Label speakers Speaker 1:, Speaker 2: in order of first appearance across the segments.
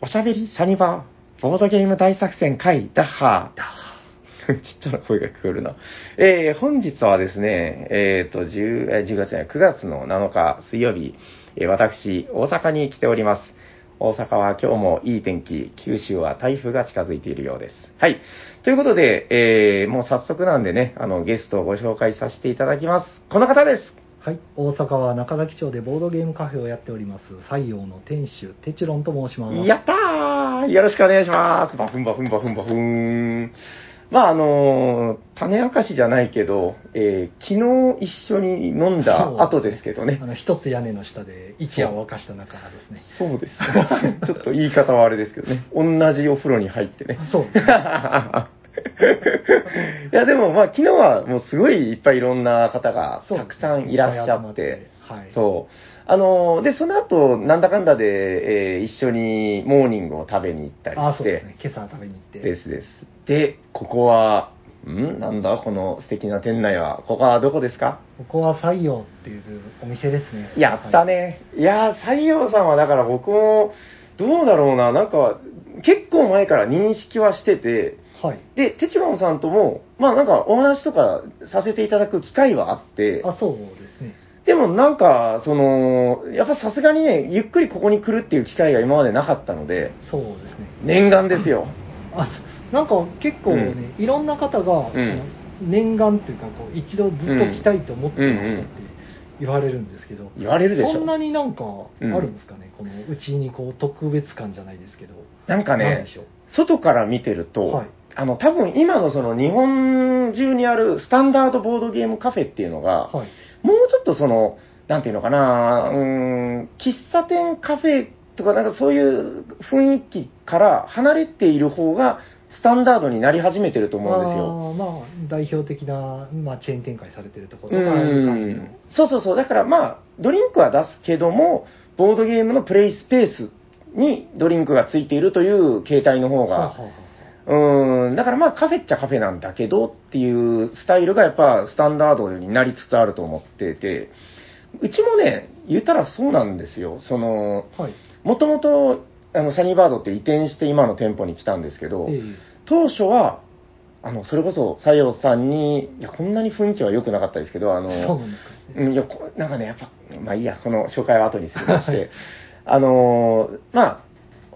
Speaker 1: おしゃべりサニバボードゲーム大作戦会ダッハー。ちっちゃな声が聞こえるな。えー、本日はですね、えーと、10、えー10月じゃない、9月の7日水曜日、えー私、大阪に来ております。大阪は今日もいい天気、九州は台風が近づいているようです。はい。ということで、えー、もう早速なんでね、あの、ゲストをご紹介させていただきます。この方です
Speaker 2: はい、大阪は中崎町でボードゲームカフェをやっております西洋の店主テチロンと申します
Speaker 1: やったーよろしくお願いしますバフンバフンバフンバフンまああのー種明かしじゃないけど、えー昨日一緒に飲んだ後ですけどね
Speaker 2: あ。の一つ屋根の下で一夜を沸かした仲間ですね
Speaker 1: そうです。 ちょっと言い方はあれですけどね。同じお風呂に入ってね。
Speaker 2: そうですね
Speaker 1: いやでもまあ昨日はもうすごいいっぱいいろんな方が
Speaker 2: そう
Speaker 1: た
Speaker 2: ですね
Speaker 1: くさんいらっしゃって。
Speaker 2: はい
Speaker 1: そう。あのーで、その後、なんだかんだで、えー一緒にモーニングを食べに行ったり
Speaker 2: あ
Speaker 1: し
Speaker 2: そうです
Speaker 1: て、
Speaker 2: ね今朝食べに行って
Speaker 1: ですです。で、ここは、んなんだこの素敵な店内は。ここはどこですか
Speaker 2: ここは西洋っていうお店ですね
Speaker 1: やったね。いやー、西洋さんはだから僕も、どうだろうな、なんか、結構前から認識はしてて、
Speaker 2: はい、
Speaker 1: で、テチロンさんとも、まあなんかお話とかさせていただく機会はあって、
Speaker 2: あそうですね
Speaker 1: でもなんか、その、やっぱさすがにね、ゆっくりここに来るっていう機会が今までなかったので、
Speaker 2: そうですね
Speaker 1: 念願ですよ。
Speaker 2: あそなんか結構ね、いろんな方が、
Speaker 1: ん
Speaker 2: あの念願というかこう一度ずっと来たいと思ってましたって言われるんですけど、
Speaker 1: 言われるでしょ。
Speaker 2: そんな
Speaker 1: な
Speaker 2: になんかあるんですかね、このうちにこう特別感じゃないですけど、
Speaker 1: んか
Speaker 2: なん
Speaker 1: ね
Speaker 2: で、しょう、
Speaker 1: 外から見てると、
Speaker 2: はい
Speaker 1: あの、多分今のその日本中にあるスタンダードボードゲームカフェっていうのが、
Speaker 2: はい、
Speaker 1: もうちょっとその、なんていうのかな、うーん、喫茶店カフェとかなんかそういう雰囲気から離れている方が、スタンダードになり始めてると思うんですよ。
Speaker 2: あーまあ、代表的な、まあ、チェーン展開されてるとこ
Speaker 1: う
Speaker 2: ろとか、ああいう感じの
Speaker 1: ん、そうそうそう、だからまあ、ドリンクは出すけども、ボードゲームのプレイスペースにドリンクがついているという形態の方
Speaker 2: はあは
Speaker 1: が
Speaker 2: あ、は
Speaker 1: うーん、だからまあカフェっちゃカフェなんだけどっていうスタイルがやっぱスタンダードになりつつあると思ってて、うちもね、言ったらそうなんですよ。その、
Speaker 2: あはい、
Speaker 1: もともと、あの、サニーバードって移転して今の店舗に来たんですけど、
Speaker 2: ええ
Speaker 1: 当初は、あの、それこそ、西洋さんに、いや、こんなに雰囲気は良くなかったですけど、あの、
Speaker 2: そうなんですか、ね
Speaker 1: うん、いや、こなんかね、やっぱ、まあいいや、この紹介は後にするとして、あのーまあ、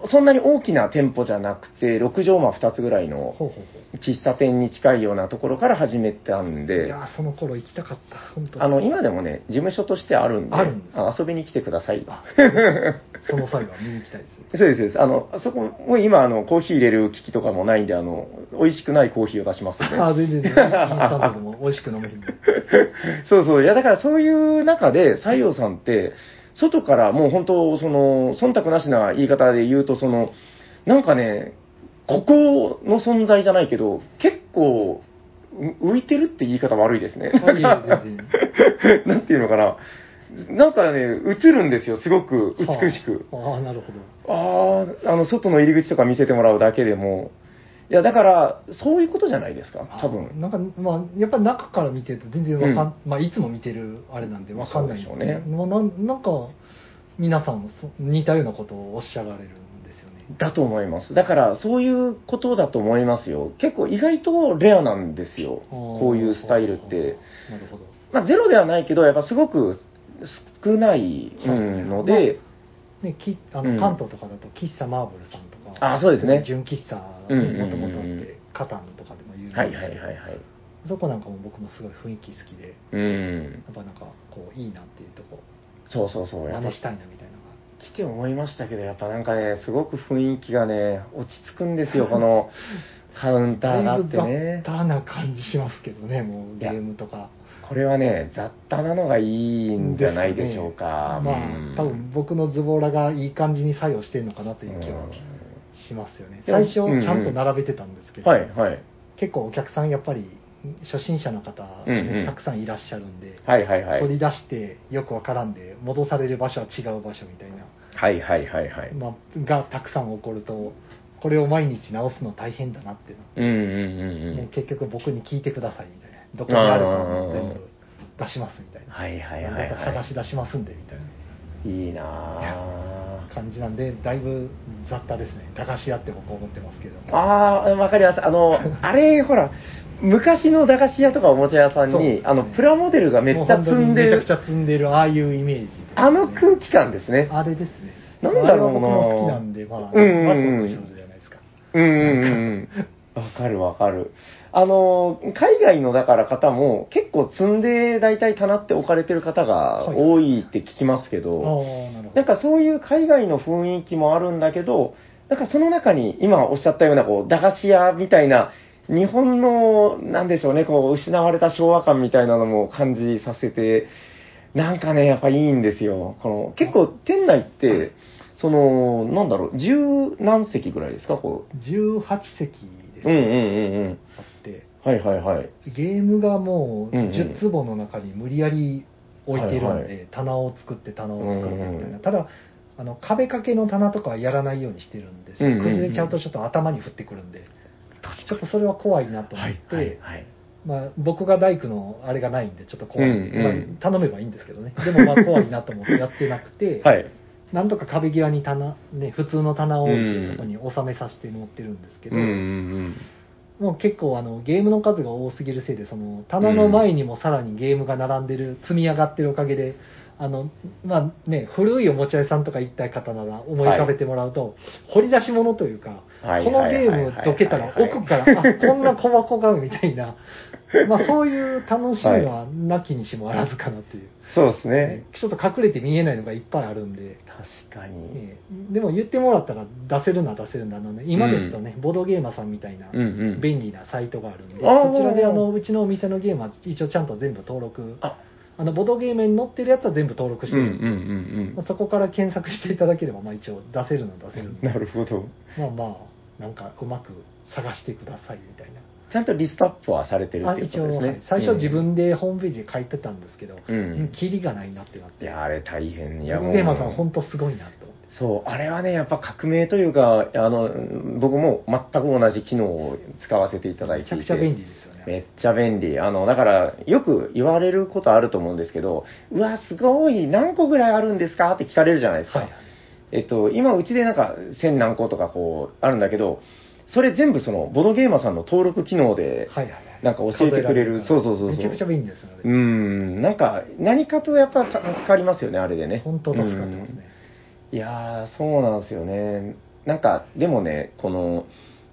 Speaker 1: そんなに大きな店舗じゃなくて、6畳間2つぐらいの
Speaker 2: ほうほうほ
Speaker 1: 喫茶店に近いようなところから始めたん
Speaker 2: うい
Speaker 1: で、
Speaker 2: やーその頃行きたかった、本当
Speaker 1: あの、今でもね、事務所としてあるんで、
Speaker 2: あるんです
Speaker 1: あ遊びに来てください。
Speaker 2: あその際は見に行きたいですね。
Speaker 1: そうですそうです。あの、あそこも今、あの、コーヒー入れる機器とかもないんで、あの、美味しくないコーヒーを出しますんで。
Speaker 2: あー全然、全然インスタントでも美味しく飲めへ んの
Speaker 1: そうそう。いや、だからそういう中で、西洋さんって、外からもう本当、その、忖度なしな言い方で言うと、その、なんかね、ここの存在じゃないけど、結構、う浮いてるって言い方悪いです ね。
Speaker 2: あいえいえ全 然
Speaker 1: なんていうのかな。なんかね、映るんですよ、すごく美しく。
Speaker 2: はああーなるほど
Speaker 1: ああ、あの、外の入り口とか見せてもらうだけでも。いや、だから、そういうことじゃないですか、多分。
Speaker 2: なんか、まあ、やっぱ中から見てると全然わかん、まあ、いつも見てるあれなんでわかんないん
Speaker 1: そうでしょうね
Speaker 2: まあなんなんか、皆さんもそ似たようなことをおっしゃられるんですよね。
Speaker 1: だと思います。だから、そういうことだと思いますよ。結構意外とレアなんですよ。こういうスタイルって。。
Speaker 2: なるほど。
Speaker 1: まあ、ゼロではないけど、やっぱすごく少ないうんので、
Speaker 2: ね、きあ
Speaker 1: うん
Speaker 2: の関東とかだと、喫茶マーブルさんとか、
Speaker 1: あそうですね
Speaker 2: 純喫茶
Speaker 1: うん
Speaker 2: に
Speaker 1: うんうんう
Speaker 2: も
Speaker 1: ん
Speaker 2: ともとあって、カタンとかでも有名ですけど、
Speaker 1: はいはいはいはい。
Speaker 2: そこなんかも僕もすごい雰囲気好きで、や
Speaker 1: うん。
Speaker 2: っぱなんか、こう、いいなっていうとこ、
Speaker 1: そうそうそう。やっ
Speaker 2: 真
Speaker 1: ぱ
Speaker 2: 似したいなみたいなのが。
Speaker 1: 来て思いましたけど、やっぱなんかね、すごく雰囲気がね、落ち着くんですよ、こ のカウンターがあってね。
Speaker 2: だいぶ雑多な感じしますけどね、もうゲームとか。
Speaker 1: これはね、雑多なのがいいんじゃないでしょうか。
Speaker 2: まあ
Speaker 1: うん、
Speaker 2: 多分僕のズボラがいい感じに作用してるのかなという気は
Speaker 1: う
Speaker 2: しますよね。
Speaker 1: うん
Speaker 2: 最初ちゃんと並べてたんですけ
Speaker 1: ん
Speaker 2: ど、
Speaker 1: はいはい。
Speaker 2: 結構お客さんやっぱり初心者の方、
Speaker 1: うんうん
Speaker 2: たくさんいらっしゃるんで、
Speaker 1: はいはいはい。
Speaker 2: 取り出してよくわからんで、戻される場所は違う場所みたいな、
Speaker 1: はいはいはいはい。
Speaker 2: まあ、がたくさん起こると、これを毎日直すの大変だなっていうの
Speaker 1: うんうんうんう。
Speaker 2: もうん結局僕に聞いてくださいみたいな。どこにあるかも全部出しますみたいな。
Speaker 1: はいはい
Speaker 2: な
Speaker 1: は
Speaker 2: ん
Speaker 1: い、
Speaker 2: だか探
Speaker 1: は。
Speaker 2: し出しますんでみたいない
Speaker 1: いいなぁ。
Speaker 2: 感じなんで、だいぶ雑多ですね。駄菓子屋って僕思ってますけど。
Speaker 1: ああ、わかります。あ の、あれ、ほら、昔の駄菓子屋とかおもちゃ屋さん
Speaker 2: そう
Speaker 1: に、あの、プラモデルがめっちゃ積んで
Speaker 2: もう本当にめちゃ
Speaker 1: る
Speaker 2: くち、ゃ積んでる、ああいうイメージですね、
Speaker 1: あの空気感ですね。
Speaker 2: あれですね。
Speaker 1: なんだろうな
Speaker 2: あれは僕も好きなんで、まあ、
Speaker 1: うんうんうん
Speaker 2: ワクワクしますじゃないですか。
Speaker 1: うんうんうんうん。わかるわかる。あの、海外のだから方も結構積んで大体棚って置かれてる方が多いって聞きますけ
Speaker 2: ああ
Speaker 1: ど、、
Speaker 2: なるほど。
Speaker 1: なんかそういう海外の雰囲気もあるんだけど、なんかその中に今おっしゃったようなこう駄菓子屋みたいな、日本の、なんでしょうね、こう失われた昭和感みたいなのも感じさせて、なんかね、やっぱいいんですよ。この結構店内って、その、なんだろう、十何席ぐらいですか、こ
Speaker 2: 18席で
Speaker 1: う。う
Speaker 2: す
Speaker 1: んうんうんうん。
Speaker 2: あって、
Speaker 1: はいはいはい。
Speaker 2: ゲームがもう
Speaker 1: うんうん
Speaker 2: 10坪の中に無理やり置いてるんで、
Speaker 1: はいはい
Speaker 2: 棚を作って棚を作ってみたいな、
Speaker 1: うんうん
Speaker 2: ただあの壁掛けの棚とかはやらないようにしてるんですよ、
Speaker 1: うんうんうん
Speaker 2: 崩れちゃうとちょっと頭に降ってくるんでちょっとそれは怖いなと思
Speaker 1: は
Speaker 2: っ
Speaker 1: い
Speaker 2: て、
Speaker 1: はいはい。
Speaker 2: まあ、僕が大工のあれがないんでちょっと怖い、
Speaker 1: うんうん
Speaker 2: まあ、頼めばいいんですけどねでもまあ怖いなと思ってやってなくて、
Speaker 1: はい。
Speaker 2: なんとか壁際に棚、ね、普通の棚を置いて
Speaker 1: うん
Speaker 2: そこに収めさせて持ってるんですけ
Speaker 1: うん
Speaker 2: ど、
Speaker 1: うん
Speaker 2: もう結構あのゲームの数が多すぎるせいで、その棚の前にもさらにゲームが並んでる、積み上がってるおかげで、あの、まあね、古いおもちゃ屋さんとか行きたい方なら思い浮かべてもらうと、掘り出し物というか、
Speaker 1: はい
Speaker 2: このゲームどけたら
Speaker 1: はいはいはいはい
Speaker 2: 奥から、あ、こんな小箱がみたいな、 まあそういう楽しみはなきにしもあらずかなという、
Speaker 1: そうですね。
Speaker 2: ちょっと隠れて見えないのがいっぱいあるんで、
Speaker 1: 確かに。
Speaker 2: ねでも言ってもらったら出せるな出せるなので、今ですとね、ボードゲーマーさんみたいな、
Speaker 1: うんうん。
Speaker 2: 便利なサイトがあるんで、
Speaker 1: あー
Speaker 2: そちらであのうちのお店のゲームは一応ちゃんと全部登録、
Speaker 1: あ
Speaker 2: あのボードゲームに載ってるやつは全部登録して
Speaker 1: うんう
Speaker 2: る、
Speaker 1: んうん
Speaker 2: まあそこから検索していただければ、まあ、一応出せるのは出せる
Speaker 1: う
Speaker 2: ん
Speaker 1: ん。な
Speaker 2: で、
Speaker 1: るほど。
Speaker 2: まあまあ、なんかうまく探してくださいみたいな。
Speaker 1: ちゃんとリストアップはされてるっ
Speaker 2: あ
Speaker 1: ていうこ
Speaker 2: 一
Speaker 1: と
Speaker 2: 応、
Speaker 1: です
Speaker 2: は
Speaker 1: ね
Speaker 2: い。最初自分でホームページで書いてたんですけど、
Speaker 1: うん。うん
Speaker 2: キリがないなってなって、
Speaker 1: いや、あれ大変。い
Speaker 2: ボ
Speaker 1: や、
Speaker 2: ー
Speaker 1: も
Speaker 2: ド
Speaker 1: う。
Speaker 2: ゲーマーさん、本当すごいなと思って。
Speaker 1: そう、あれはね、やっぱ革命というか、あの、僕も全く同じ機能を使わせていただい
Speaker 2: めち
Speaker 1: て
Speaker 2: ゃ
Speaker 1: いて。
Speaker 2: くちゃ便利ですよね。
Speaker 1: めっちゃ便利。あの、だから、よく言われることあると思うんですけど、うわ、すごい、何個ぐらいあるんですかって聞かれるじゃないですか。
Speaker 2: はい
Speaker 1: えっと、今、うちでなんか、千何個とかこう、あるんだけど、それ全部その、ボドゲーマーさんの登録機能で、
Speaker 2: はいはい、
Speaker 1: なんか教えてくれるそうそうそうそう
Speaker 2: めちゃくちゃ便利ですの
Speaker 1: う
Speaker 2: で、
Speaker 1: ん、なんか、何かとやっぱ助かりますよね、あれでね。
Speaker 2: 本当助かってますね。
Speaker 1: うんいやー、そうなんですよね。なんか、でもね、この、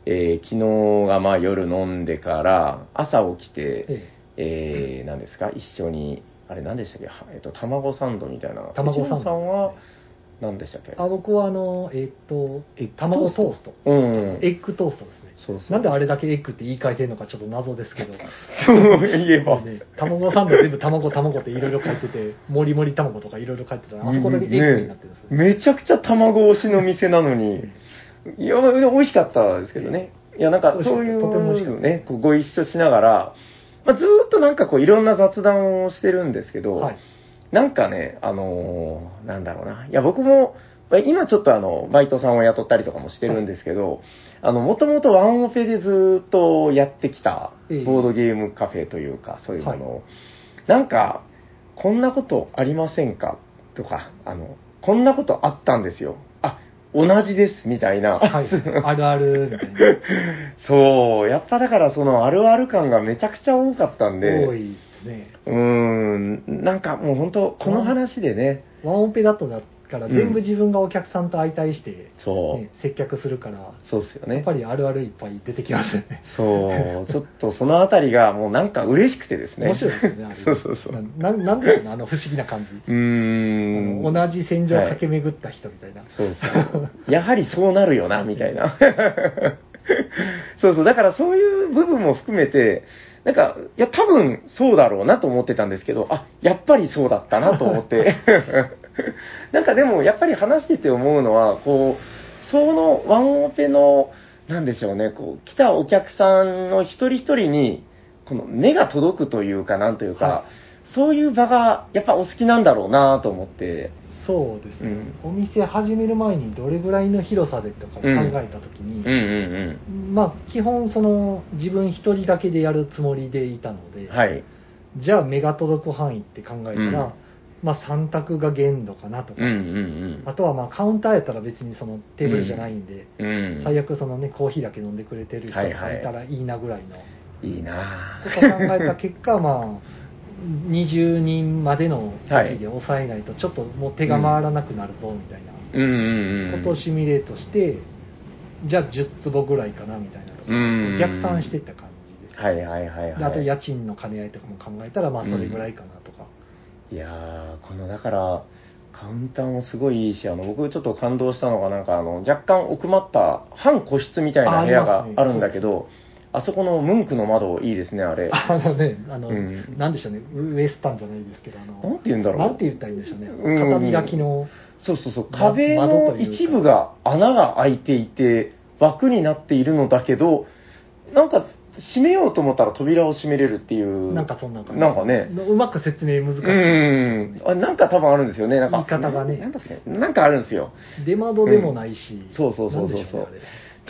Speaker 1: えー昨日がまあ夜飲んでから、朝起きて、
Speaker 2: え
Speaker 1: えー、何ですか、一緒に、あれ何でしたっけ、はえっと、卵サンドみたいな。
Speaker 2: え、卵
Speaker 1: 藤
Speaker 2: サン
Speaker 1: 本
Speaker 2: ド
Speaker 1: さんは何でしたっけ
Speaker 2: あ僕はあの、えーっと
Speaker 1: エッグ、
Speaker 2: 卵トースト。
Speaker 1: うん。
Speaker 2: エッグトーストですね。
Speaker 1: そうそう。
Speaker 2: なんであれだけエッグって言い換えてるのかちょっと謎で すけど、
Speaker 1: そういえば。
Speaker 2: ね卵サンド全部卵卵っていろいろ書いてて、もりもり卵とかいろいろ書いてたら、あそこだけエッグになってるんですね。
Speaker 1: ねめちゃくちゃ卵推しの店なのに、いや、美味しかったですけどね。いや、なんか
Speaker 2: 美味しかっ
Speaker 1: そ
Speaker 2: た
Speaker 1: うい
Speaker 2: とても美味しか
Speaker 1: う
Speaker 2: った
Speaker 1: ね、こうご一緒しながら、まあ、ずーっとなんかこういろんな雑談をしてるんですけど、
Speaker 2: はい。
Speaker 1: なんかね、あのーなんだろうな。いや、僕も、まあ今ちょっとあの、バイトさんを雇ったりとかもしてるんですけど、あの、もともとワンオペでずーっとやってきた、
Speaker 2: ええ
Speaker 1: ボードゲームカフェというか、そういうものを、なんか、こんなことありませんかとか、あの、こんなことあったんですよ。あ、同じです、みたいな。
Speaker 2: はい。あるある、みたいな。
Speaker 1: そう、やっぱだからそのあるある感がめちゃくちゃ多かったんで、
Speaker 2: 多いですね。
Speaker 1: うーん、なんかもう本当、この話でね、
Speaker 2: ワンオペだとだから全部自分がお客さんと相対して、
Speaker 1: そう。
Speaker 2: ね接客するから、
Speaker 1: そうっすよ
Speaker 2: やっ
Speaker 1: ね
Speaker 2: ぱ。りあるあるいっぱい出てきますよね。
Speaker 1: そう、ちょっとそのあたりがもうなんか嬉しくてですね。
Speaker 2: 面白いですよね、あれ。
Speaker 1: そうそうそう。
Speaker 2: ななんでしょうね、あの不思議な感じ。
Speaker 1: うーん。
Speaker 2: あの同じ戦場を駆け巡った人みたいな。
Speaker 1: そうそう。やはりそうなるよな、みたいな。 そうそう。だからそういう部分も含めて、なんか、いや、多分そうだろうなと思ってたんですけど、あ、やっぱりそうだったなと思って。 なんかでも、やっぱり話してて思うのは、こう、そのワンオペの、なんでしょうね、こう、来たお客さんの一人一人に、この目が届くというか、なんというか、
Speaker 2: は
Speaker 1: そういう場が、やっぱお好きなんだろうなと思って。
Speaker 2: そうですね、
Speaker 1: う
Speaker 2: お店始める前にどれぐらいの広さでとかを考えた時
Speaker 1: うん
Speaker 2: に、
Speaker 1: うんうん。
Speaker 2: まあ基本その自分一人だけでやるつもりでいたので、
Speaker 1: はい。
Speaker 2: じゃあ目が届く範囲って考えたら、
Speaker 1: うん
Speaker 2: まあ、3択が限度かなとか、
Speaker 1: うんうん
Speaker 2: あとはまあカウンターやったら別にそのテーブルじゃないんで、
Speaker 1: うん。うん。
Speaker 2: 最悪そのね、コーヒーだけ飲んでくれてる人がいたらいいなぐらいの、
Speaker 1: いい なぁ
Speaker 2: とか考えた結果、まあ、20人までの席で抑えないと、ちょっともう手が回らなくなるぞみたいな。
Speaker 1: うんうんうん。
Speaker 2: ことをシミュレートして、じゃあ10坪ぐらいかなみたいなとか、
Speaker 1: うん
Speaker 2: 逆算していった感じです。
Speaker 1: はいはいはいはい。
Speaker 2: であと家賃の兼ね合いとかも考えたら、まあそれぐらいかなとか。
Speaker 1: いやー、このだから、カウンターもすごいいいし、あの僕ちょっと感動したのが、なんかあの若干奥まった半個室みたいな部屋
Speaker 2: ああ
Speaker 1: が
Speaker 2: りますね
Speaker 1: あるんだけど、あそこのムンクの窓、いいですね、あれ。
Speaker 2: あのね、あの、
Speaker 1: うん
Speaker 2: なんでしょうね、ウエスタンじゃないですけど、あ
Speaker 1: なん
Speaker 2: の、
Speaker 1: て言うんだろ
Speaker 2: なん
Speaker 1: う。
Speaker 2: て言ったらいいんでしょうね、
Speaker 1: うん
Speaker 2: 畳書きの、
Speaker 1: そうそうそう、
Speaker 2: ま
Speaker 1: 壁
Speaker 2: 窓
Speaker 1: の
Speaker 2: というか
Speaker 1: 一部が穴が開いていて、枠になっているのだけど、なんか閉めようと思ったら扉を閉めれるっていう。
Speaker 2: なんかそんな感じ。
Speaker 1: なんかね。
Speaker 2: うまく説明難しい。
Speaker 1: うん。あなんか多分あるんですよね。なんか。
Speaker 2: 言い方がね
Speaker 1: なんだっけなんかあるんですよ。
Speaker 2: 出窓でもないし、
Speaker 1: そうそうそうそうそう
Speaker 2: なんでしょね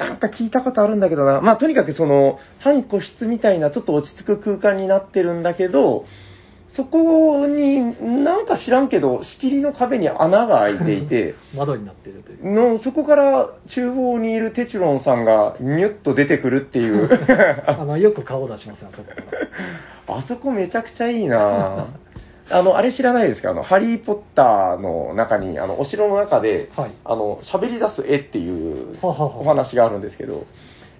Speaker 1: なんか聞いたことあるんだけどな。まあ、とにかくその、半個室みたいな、ちょっと落ち着く空間になってるんだけど、そこに、なんか知らんけど、仕切りの壁に穴が開いていて、
Speaker 2: あれ窓になってるという。
Speaker 1: の、そこから厨房にいるテチュロンさんが、ニュッと出てくるっていう。
Speaker 2: あの、よく顔出しますね、あそこから。
Speaker 1: あそこめちゃくちゃいいな ぁあの、あれ知らないですかあの、ハリーポッターの中に、あの、お城の中で、
Speaker 2: はい。
Speaker 1: あの、喋り出す絵っていう
Speaker 2: ははは
Speaker 1: お話があるんですけど、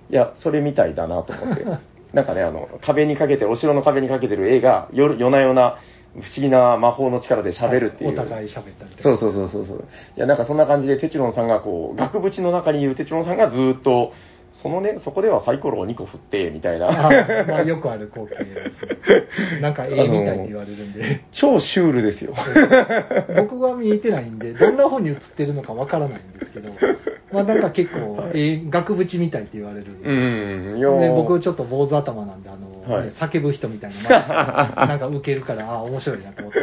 Speaker 1: いや、それみたいだなと思 って。なんかね、あの、壁にかけて、お城の壁にかけてる絵が、夜、夜な夜な、不思議な魔法の力で喋るっていう。
Speaker 2: お互い喋ったりとか。
Speaker 1: そうそうそうそうそう。いや、なんかそんな感じで、テチロンさんがこう、額縁の中にいるテチロンさんがずーっと、そのね、そこではサイコロを2個振って、みたいな。
Speaker 2: あまあ、よくある光景ですね。なんか絵みたいに言われるんで、
Speaker 1: 超シュールですよ。
Speaker 2: 僕は見えてないんで、どんな方に映ってるのかわからないんですけど、まあなんか結構、えー額縁みたいって言われるんで、
Speaker 1: うん、よ
Speaker 2: で
Speaker 1: ー
Speaker 2: 僕ちょっと坊主頭なんで、あの、
Speaker 1: はい
Speaker 2: ね叫ぶ人みたいな真似して、 なんかウケるから、ああ、面白いなと思って。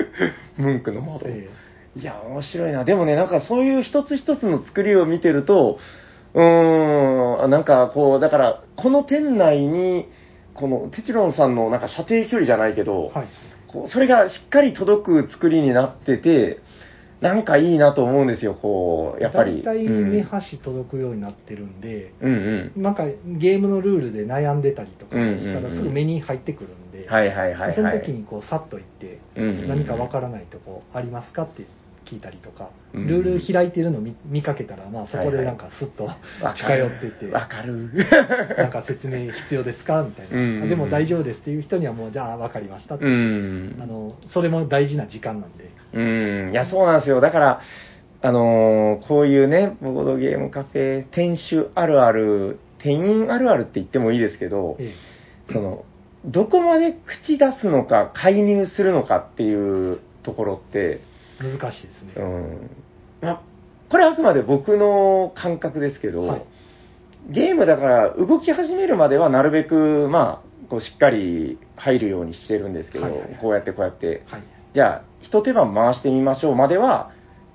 Speaker 1: ムンクの窓。
Speaker 2: え
Speaker 1: いや、面白いな。でもね、なんかそういう一つ一つの作りを見てると、うーん、なんかこう、だから、この店内に、このテチロンさんのなんか射程距離じゃないけど、
Speaker 2: ーはい。
Speaker 1: こうそれがしっかり届く作りになってて、なんかいいなと思うんですよ、こう、やっぱり。
Speaker 2: 大体
Speaker 1: うん
Speaker 2: 目端届くようになってるんで、
Speaker 1: うんう
Speaker 2: なんかゲームのルールで悩んでたりとかした
Speaker 1: うんうんう
Speaker 2: ら
Speaker 1: ん
Speaker 2: すぐ目に入ってくるんで、
Speaker 1: ん。はいはいはい、はい。
Speaker 2: その時にこうさっと行って、
Speaker 1: うんうんうん
Speaker 2: 何かわからないとこありますかって聞いたりとか、
Speaker 1: うん
Speaker 2: ルール開いてるの見見かけたら、まあ、そこでなんかすっと近寄っていって、
Speaker 1: わかる。
Speaker 2: なんか説明必要ですかみたいな、
Speaker 1: うんうんうん
Speaker 2: でも大丈夫ですっていう人にはもう、じゃあ分かりましたって、
Speaker 1: うん。
Speaker 2: あのそれも大事な時間なんで、
Speaker 1: うん、いや、そうなんですよ。だから、あのーこういうね、ボードゲームカフェ、店主あるある、店員あるあるって言ってもいいですけど、
Speaker 2: え
Speaker 1: その、どこまで口出すのか、介入するのかっていうところって、
Speaker 2: え難しいです
Speaker 1: う
Speaker 2: ね。
Speaker 1: ん、まあ、これはあくまで僕の感覚ですけど、
Speaker 2: はい
Speaker 1: ゲームだから動き始めるまではなるべく、まあ、こうしっかり入るようにしてるんですけど、
Speaker 2: はいはいはい
Speaker 1: こうやってこうやって、
Speaker 2: はい
Speaker 1: じゃあ、一手番回してみましょうまでは、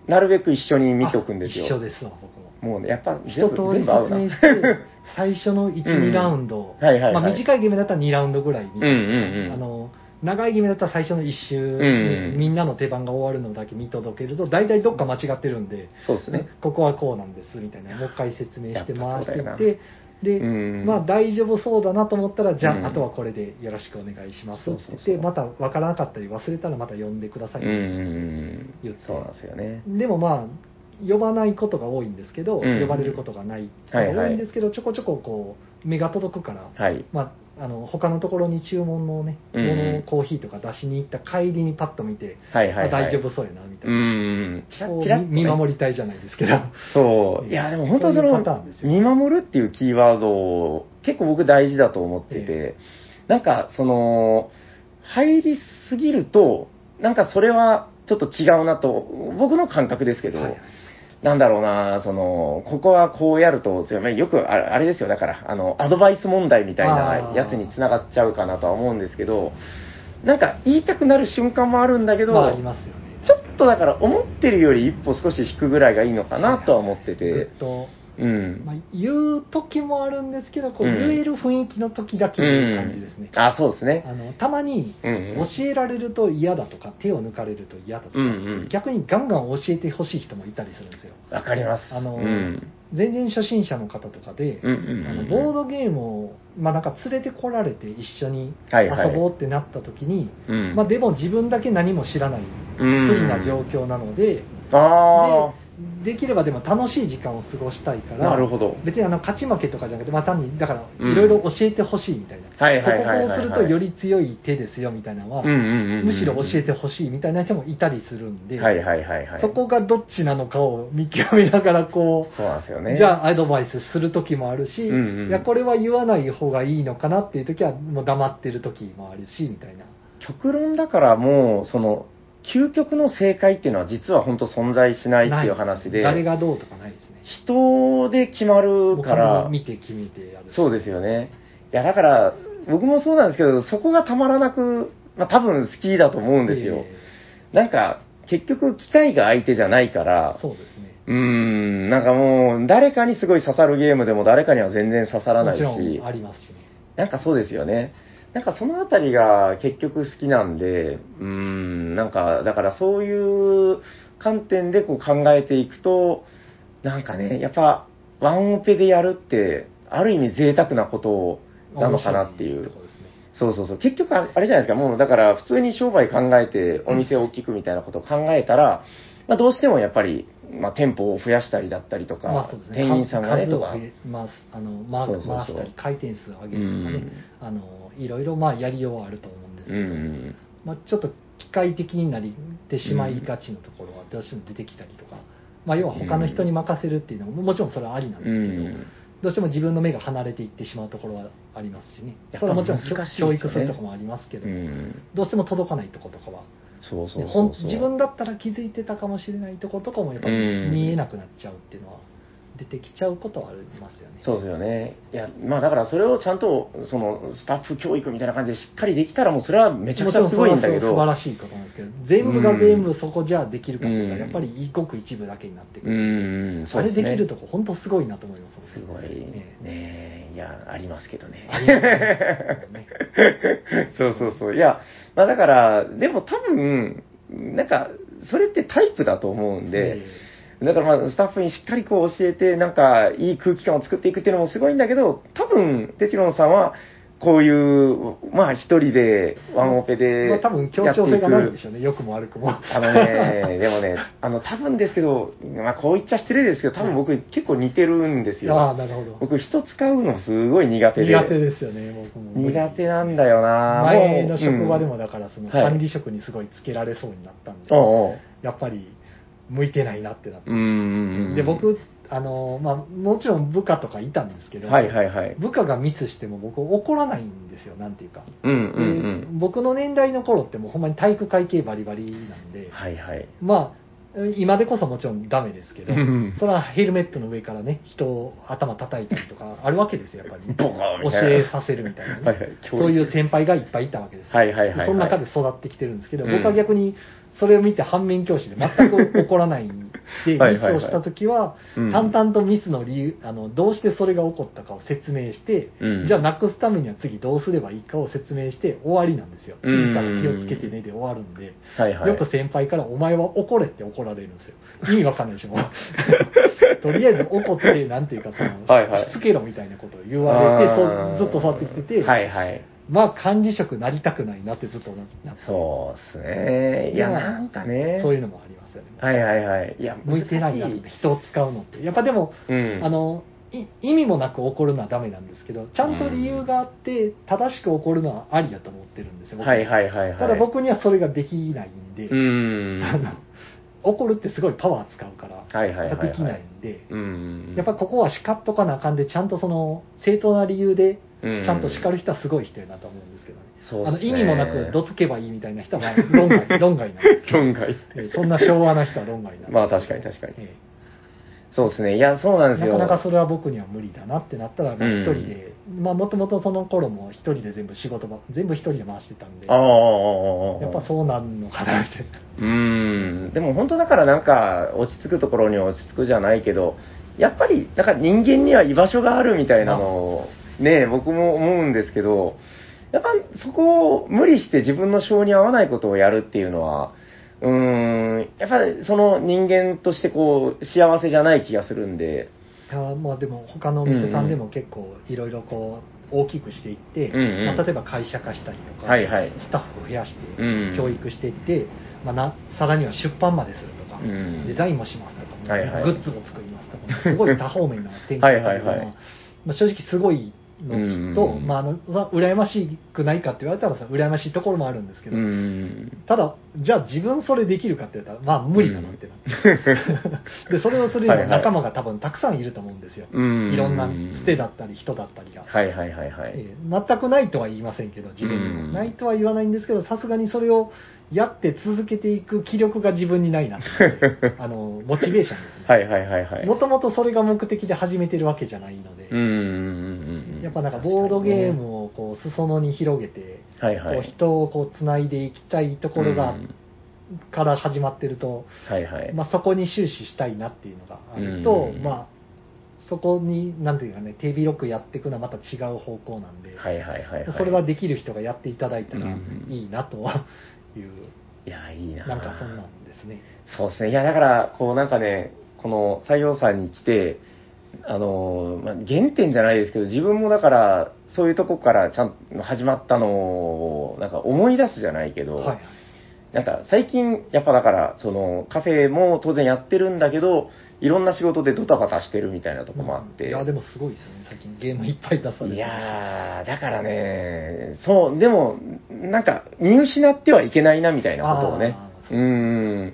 Speaker 1: なるべく一緒に見とくんですよ。
Speaker 2: あ一緒ですわ、僕も。
Speaker 1: もうね、やっぱ全
Speaker 2: 一
Speaker 1: 部
Speaker 2: 通
Speaker 1: 全
Speaker 2: り
Speaker 1: 部合う
Speaker 2: 説
Speaker 1: な。
Speaker 2: 明して、 最初の1、
Speaker 1: うん
Speaker 2: 2ラウンド、
Speaker 1: はいはいはい
Speaker 2: まあ、短いゲームだったら2ラウンドぐらいに、
Speaker 1: うんうんうん
Speaker 2: あの長いゲームだったら最初の1
Speaker 1: う
Speaker 2: 周
Speaker 1: んうん
Speaker 2: にみんなの手番が終わるのだけ見届けると、大体どっか間違ってるんで、
Speaker 1: そうですね。
Speaker 2: ここはこうなんですみたいな、もう一回説明して
Speaker 1: やっぱ
Speaker 2: 回
Speaker 1: そ
Speaker 2: し
Speaker 1: うだ
Speaker 2: てい
Speaker 1: よな
Speaker 2: って、で、
Speaker 1: うん
Speaker 2: まあ大丈夫そうだなと思ったら、じゃあ、
Speaker 1: うん
Speaker 2: あとはこれでよろしくお願いしますって言っ
Speaker 1: そうそう
Speaker 2: て、
Speaker 1: そう
Speaker 2: また分からなかったり忘れたらまた呼んでくださ
Speaker 1: う
Speaker 2: い
Speaker 1: んうんうん
Speaker 2: 言って
Speaker 1: そうなんですよね。
Speaker 2: でもまあ呼ばないことが多いんですけ
Speaker 1: う
Speaker 2: ど、
Speaker 1: ん
Speaker 2: 呼ばれることがない、
Speaker 1: はいはい
Speaker 2: 多いんですけどちょこちょここう目が届くから、
Speaker 1: はい。
Speaker 2: まあ、あの他のところに注文のね、
Speaker 1: うんうん
Speaker 2: ものをコーヒーとか出しに行った帰りにパッと見て、
Speaker 1: はいはい、はい。
Speaker 2: あ大丈夫そうやなみた
Speaker 1: う
Speaker 2: いな、
Speaker 1: ん。チラ
Speaker 2: こう
Speaker 1: ッチラッとね
Speaker 2: 見見守りたいじゃないですけど
Speaker 1: そう。いや、でも本当そ
Speaker 2: そうい
Speaker 1: の
Speaker 2: うパターンです、よ
Speaker 1: 見守るっていうキーワードを結構僕大事だと思ってて、
Speaker 2: え
Speaker 1: なんかその、入りすぎると、なんかそれはちょっと違うなと、僕の感覚ですけど、
Speaker 2: はいはい
Speaker 1: なんだろうな、その、ここはこうやると、つまりよくあれあれですよ、だから、あの、アドバイス問題みたいな
Speaker 2: あー
Speaker 1: やつにつながっちゃうかなとは思うんですけど、なんか言いたくなる瞬間もあるんだけど、
Speaker 2: まあありますよね
Speaker 1: ちょっとだから思ってるより一歩少し引くぐらいがいいのかなとは思ってて、
Speaker 2: ずっと
Speaker 1: うん。
Speaker 2: まあ、言う時もあるんですけど、こう
Speaker 1: うん
Speaker 2: 言える雰囲気の時だけいう感じですね
Speaker 1: う。ん、あ、そうですね。
Speaker 2: あのたまに
Speaker 1: うんうん。
Speaker 2: 教えられると嫌だとか、手を抜かれると嫌だとか、
Speaker 1: うんうん
Speaker 2: 逆にガンガン教えてほしい人もいたりするんですよ。
Speaker 1: わかります。
Speaker 2: あの
Speaker 1: うん。
Speaker 2: 全然初心者の方とかで、
Speaker 1: うんうんうん。
Speaker 2: あのボードゲームを、まあ、なんか連れてこられて一緒に
Speaker 1: はい
Speaker 2: 遊
Speaker 1: はい。
Speaker 2: ぼうってなった時に、
Speaker 1: うん。
Speaker 2: まあ、でも自分だけ何も知らない不利な状況なので、
Speaker 1: 況。あ
Speaker 2: でできればでも楽しい時間を過ごしたいか
Speaker 1: あ。
Speaker 2: ら、
Speaker 1: なるほど。
Speaker 2: 別にあの勝ち負けとかじゃなくて、まあ、単にだから
Speaker 1: うん
Speaker 2: いろいろ教えてほしいみたいな、
Speaker 1: はいはいはいはい
Speaker 2: こ
Speaker 1: はい。
Speaker 2: こをするとより強い手ですよみたいなのは、
Speaker 1: うんうんうんうん、
Speaker 2: むしろ教えてほしいみたいな人もいたりするんで、
Speaker 1: はいはいはいはい。
Speaker 2: そこがどっちなのかを見極めながらこ
Speaker 1: そうなんですよ
Speaker 2: う、
Speaker 1: ね。
Speaker 2: じゃあアドバイスする時もあるし、
Speaker 1: うんうん
Speaker 2: いやこれは言わない方がいいのかなっていう時はもう黙ってる時もあるしみたいな。
Speaker 1: 極論だからもう、その、究極の正解っていうのは実は本当存在しないっていう話で、
Speaker 2: 誰がどうとかないですね。
Speaker 1: 人で決まるか
Speaker 2: 僕も
Speaker 1: ら、
Speaker 2: 見て決めてやる。
Speaker 1: そうですよね。いや、だから、僕もそうなんですけど、そこがたまらなく、まあ多分好きだと思うんですよ。
Speaker 2: え
Speaker 1: なんか、結局、機械が相手じゃないか
Speaker 2: え
Speaker 1: ら、
Speaker 2: そうですね。
Speaker 1: うーん、なんかもう、誰かにすごい刺さるゲームでも誰かには全然刺さらないし、
Speaker 2: もちろんありますしね。
Speaker 1: なんかそうですよね。なんかそのあたりが結局好きなんで、うーん、なんか、だからそういう観点でこう考えていくと、なんかね、やっぱ、ワンオペでやるって、ある意味贅沢なことを、なのかなっていう
Speaker 2: 面白とこですね
Speaker 1: そうそうそう。結局ああれじゃないですか、もうだから普通に商売考えて、お店を大きくみたいなことを考えたら、まあどうしてもやっぱり、まあ店舗を増やしたりだったりとか、
Speaker 2: まあそうですね。
Speaker 1: 店員さんがね
Speaker 2: 数
Speaker 1: と
Speaker 2: を
Speaker 1: か
Speaker 2: 増。え回す、あの、回
Speaker 1: そうそうそう
Speaker 2: 回したり、回転数を上
Speaker 1: う
Speaker 2: げるとかね
Speaker 1: ん。
Speaker 2: あの、いろいろまあやりようはあると思うんです
Speaker 1: う
Speaker 2: けど、
Speaker 1: ん。
Speaker 2: まあちょっと機械的になりてしまいがちのところはどうしても出てきたりとか、まあ要は他の人に任せるっていうのも、もちろんそれはありなん
Speaker 1: う
Speaker 2: ですけど、
Speaker 1: ん。
Speaker 2: どうしても自分の目が離れていってしまうところはありますしね。
Speaker 1: やっぱ
Speaker 2: それはもちろん
Speaker 1: 難しいですよ
Speaker 2: 教
Speaker 1: ね
Speaker 2: 育するとかもありますけど、
Speaker 1: うん。
Speaker 2: どうしても届かないところとかは、
Speaker 1: そうそう
Speaker 2: ね
Speaker 1: そう
Speaker 2: ほ
Speaker 1: そ
Speaker 2: ん
Speaker 1: う。
Speaker 2: 自分だったら気づいてたかもしれないところとかもやっぱ
Speaker 1: うん
Speaker 2: 見えなくなっちゃうっていうのは出てきちゃうことはありますよね。
Speaker 1: そうですよね。いや、まあだからそれをちゃんと、その、スタッフ教育みたいな感じでしっかりできたら、もうそれはめちゃくちゃすごいんだけ
Speaker 2: もちろんそれ
Speaker 1: ど、
Speaker 2: は素晴らしいことなんですけど、全部が全
Speaker 1: う
Speaker 2: 部そこじゃできるかという
Speaker 1: う
Speaker 2: か、
Speaker 1: ん
Speaker 2: やっぱりごく一部だけになってく
Speaker 1: う
Speaker 2: る。
Speaker 1: ん、そ
Speaker 2: あ
Speaker 1: う
Speaker 2: れ
Speaker 1: すね
Speaker 2: できるとこ本当すごいなと思います。
Speaker 1: すごい
Speaker 2: ええ
Speaker 1: ね。いや、ありますけどね。
Speaker 2: ありがとうございますね
Speaker 1: そうそうそう。いや、まあだから、でも多分、なんか、それってタイプだと思うんで、
Speaker 2: え
Speaker 1: だからまあスタッフにしっかりこう教えて、なんかいい空気感を作っていくっていうのもすごいんだけど、多分、テチロンさんは、こういう、まあ一人で、ワンオペ
Speaker 2: え
Speaker 1: でや
Speaker 2: まあ
Speaker 1: っていく。
Speaker 2: 多分協調性がないんでしょうね、良くも悪くも。
Speaker 1: あの ね、でもね、あの、多分ですけど、まあこう言っちゃ失礼ですけど、多分僕結構似てるんです
Speaker 2: ああ、
Speaker 1: よ。
Speaker 2: なるほど。
Speaker 1: 僕人使うのすごい苦手で。
Speaker 2: 苦手ですよね、僕も。
Speaker 1: 苦手なんだよな
Speaker 2: 前の
Speaker 1: もう
Speaker 2: 職場で
Speaker 1: う
Speaker 2: も
Speaker 1: ん
Speaker 2: だから、その
Speaker 1: はい
Speaker 2: 管理職にすごいつけられそうになったんで、
Speaker 1: おうおう
Speaker 2: やっぱり向いてないなってなって
Speaker 1: う。ん
Speaker 2: で、僕、あの、まあ、もちろん部下とかいたんですけど、
Speaker 1: はいはいはい
Speaker 2: 部下がミスしても僕怒らないんですよ、なんていうか。
Speaker 1: うん
Speaker 2: で
Speaker 1: うんうん
Speaker 2: 僕の年代の頃ってもうほんまに体育会系バリバリなんで、
Speaker 1: はいはい
Speaker 2: まあ、今でこそもちろんダメですけど、
Speaker 1: うん
Speaker 2: それはヘルメットの上からね、人を頭叩いたりとかあるわけですよ、やっ ぱりね、
Speaker 1: ボコーンみたい
Speaker 2: 教
Speaker 1: な
Speaker 2: えさせるみたいなね、
Speaker 1: はいはい教育
Speaker 2: そういう先輩がいっぱいいたわけですよ、
Speaker 1: はいはいはいはい
Speaker 2: その中で育ってきてるんですけど、
Speaker 1: うん
Speaker 2: 僕は逆にそれを見て反面教師で全く怒らないんで、
Speaker 1: はい
Speaker 2: ミス
Speaker 1: はいはい
Speaker 2: をしたときは、
Speaker 1: うん
Speaker 2: 淡々とミスの理由あの、どうしてそれが起こったかを説明して、
Speaker 1: うん
Speaker 2: じゃあなくすためには次どうすればいいかを説明して終わりなんですよ、
Speaker 1: うん
Speaker 2: 次から気をつけてねで終わるんで。
Speaker 1: はいはい
Speaker 2: よく先輩から、お前は怒れって怒られるん ですよ。意味わかんないでしょ、もうとりあえず怒って、なんていうか、その
Speaker 1: はいはい
Speaker 2: しつけろみたいなことを言われて、
Speaker 1: あー
Speaker 2: そうずっと育ってきてて、
Speaker 1: はいはい
Speaker 2: まあ、管理職なりたくないなってずっとななって
Speaker 1: そうっすねいや
Speaker 2: まあ
Speaker 1: なんかね
Speaker 2: そういうのもありますよね。
Speaker 1: はいはいはいいや
Speaker 2: 向いてないな
Speaker 1: 難
Speaker 2: っ、
Speaker 1: して
Speaker 2: 人を使うのって。やっぱでも、
Speaker 1: うん
Speaker 2: あの、い意味もなく怒るのはダメなんですけど、ちゃんと理由があって、正しく怒るのはありだと思ってるんですよ、僕
Speaker 1: はいはいはいはい
Speaker 2: ただ僕にはそれができないんで、
Speaker 1: うん
Speaker 2: あの怒るってすごいパワー使うから、
Speaker 1: はいはいはいはい
Speaker 2: できないんで、
Speaker 1: うん
Speaker 2: やっぱここは叱っとかなあかんで、ちゃんとその正当な理由で、
Speaker 1: うん
Speaker 2: ちゃんと叱る人はすごい人やなと思うんですけどね。
Speaker 1: そうっ
Speaker 2: あ
Speaker 1: す
Speaker 2: の
Speaker 1: ね
Speaker 2: 意味もなく、どつけばいいみたいな人はまあ論外、論外なんですよ
Speaker 1: 論外
Speaker 2: えーそんな昭和な人は論外なんです
Speaker 1: まあ確かに確かに
Speaker 2: え
Speaker 1: そうですねいやそうな
Speaker 2: え
Speaker 1: んです
Speaker 2: な
Speaker 1: よ
Speaker 2: かなかそれは僕には無理だなってなったら、まあ
Speaker 1: うん
Speaker 2: 一人で、まあもともとその頃も一人で全部仕事ば、全部一人で回してたんで、
Speaker 1: あ
Speaker 2: や
Speaker 1: あ
Speaker 2: っぱそうなんのかなみたいな。
Speaker 1: うーん、でも本当だからなんか、落ち着くところに落ち着くじゃないけど、やっぱり、なんか人間には居場所があるみたいなのを、ね、僕も思うんですけど、やっぱそこを無理して自分の性に合わないことをやるっていうのは、うーん、やっぱりその人間としてこう、幸せじゃない気がするんで、
Speaker 2: いやまあでも他のお店さんでも結構いろいろこう大きくしていって、
Speaker 1: うんうん
Speaker 2: まあ、例えば会社化したりとか、
Speaker 1: はいはい
Speaker 2: スタッフを増やし
Speaker 1: う
Speaker 2: て、
Speaker 1: ん
Speaker 2: 教育していって、まあ、なさらには出版までするとか、
Speaker 1: うん
Speaker 2: デザインもしますとか、
Speaker 1: はいはい
Speaker 2: グッズも作りますとか、すごい多方面な展
Speaker 1: はいはい
Speaker 2: 開だけど、
Speaker 1: はい
Speaker 2: まあ、正直すごいのと、
Speaker 1: うん
Speaker 2: まあ、あのまあ羨ましくないかって言われたらさ羨ましいところもあるんですけ
Speaker 1: う
Speaker 2: ど、
Speaker 1: ーん、
Speaker 2: ただ、じゃあ自分それできるかって言ったら、まあ無理だなってなって、 でそれをするような仲間が多分たくさんいると思うんですよ、
Speaker 1: うーん
Speaker 2: いろんなつてだったり人だったりが、
Speaker 1: はいはいはいはい。
Speaker 2: えー全くないとは言いませんけど、自分にも、
Speaker 1: うん
Speaker 2: ないとは言わないんですけど、さすがにそれをやって続けていく気力が自分にないなって あのモチベーションですね。
Speaker 1: はいはいはいはい。
Speaker 2: もともとそれが目的で始めてるわけじゃないので、
Speaker 1: うーん。
Speaker 2: やっぱなんかボードゲームをこう裾野に広げて、
Speaker 1: はいは
Speaker 2: こう
Speaker 1: い。
Speaker 2: 人をこうつないでいきたいところが、
Speaker 1: うん
Speaker 2: から始まってると、
Speaker 1: はいはい。
Speaker 2: まあ、そこに終始したいなっていうのがあると、
Speaker 1: うん
Speaker 2: まあ、そこに、なんていうかね、手広くやっていくのはまた違う方向なんで、
Speaker 1: はいはいはいはい。
Speaker 2: それはできる人がやっていただいた
Speaker 1: う
Speaker 2: ら
Speaker 1: ん
Speaker 2: いいなとはいう、
Speaker 1: いや、いいな。
Speaker 2: なんかそんなんですね。
Speaker 1: そうですね。いや、だから、こうなんかね、この西洋さんに来て、あのー、まあ、原点じゃないですけど、自分もだから、そういうとこからちゃんと始まったのを、なんか思い出すじゃないけど、
Speaker 2: はいはい。
Speaker 1: なんか最近、やっぱだから、そのカフェも当然やってるんだけど、いろんな仕事でドタバタしてるみたいなとこもあって。
Speaker 2: いや、でもすごいですよね、最近ゲームいっぱい出されてるし
Speaker 1: いやー、だからね、そう、でも、なんか、見失ってはいけないな、みたいなことをね
Speaker 2: あ。ー
Speaker 1: うーん。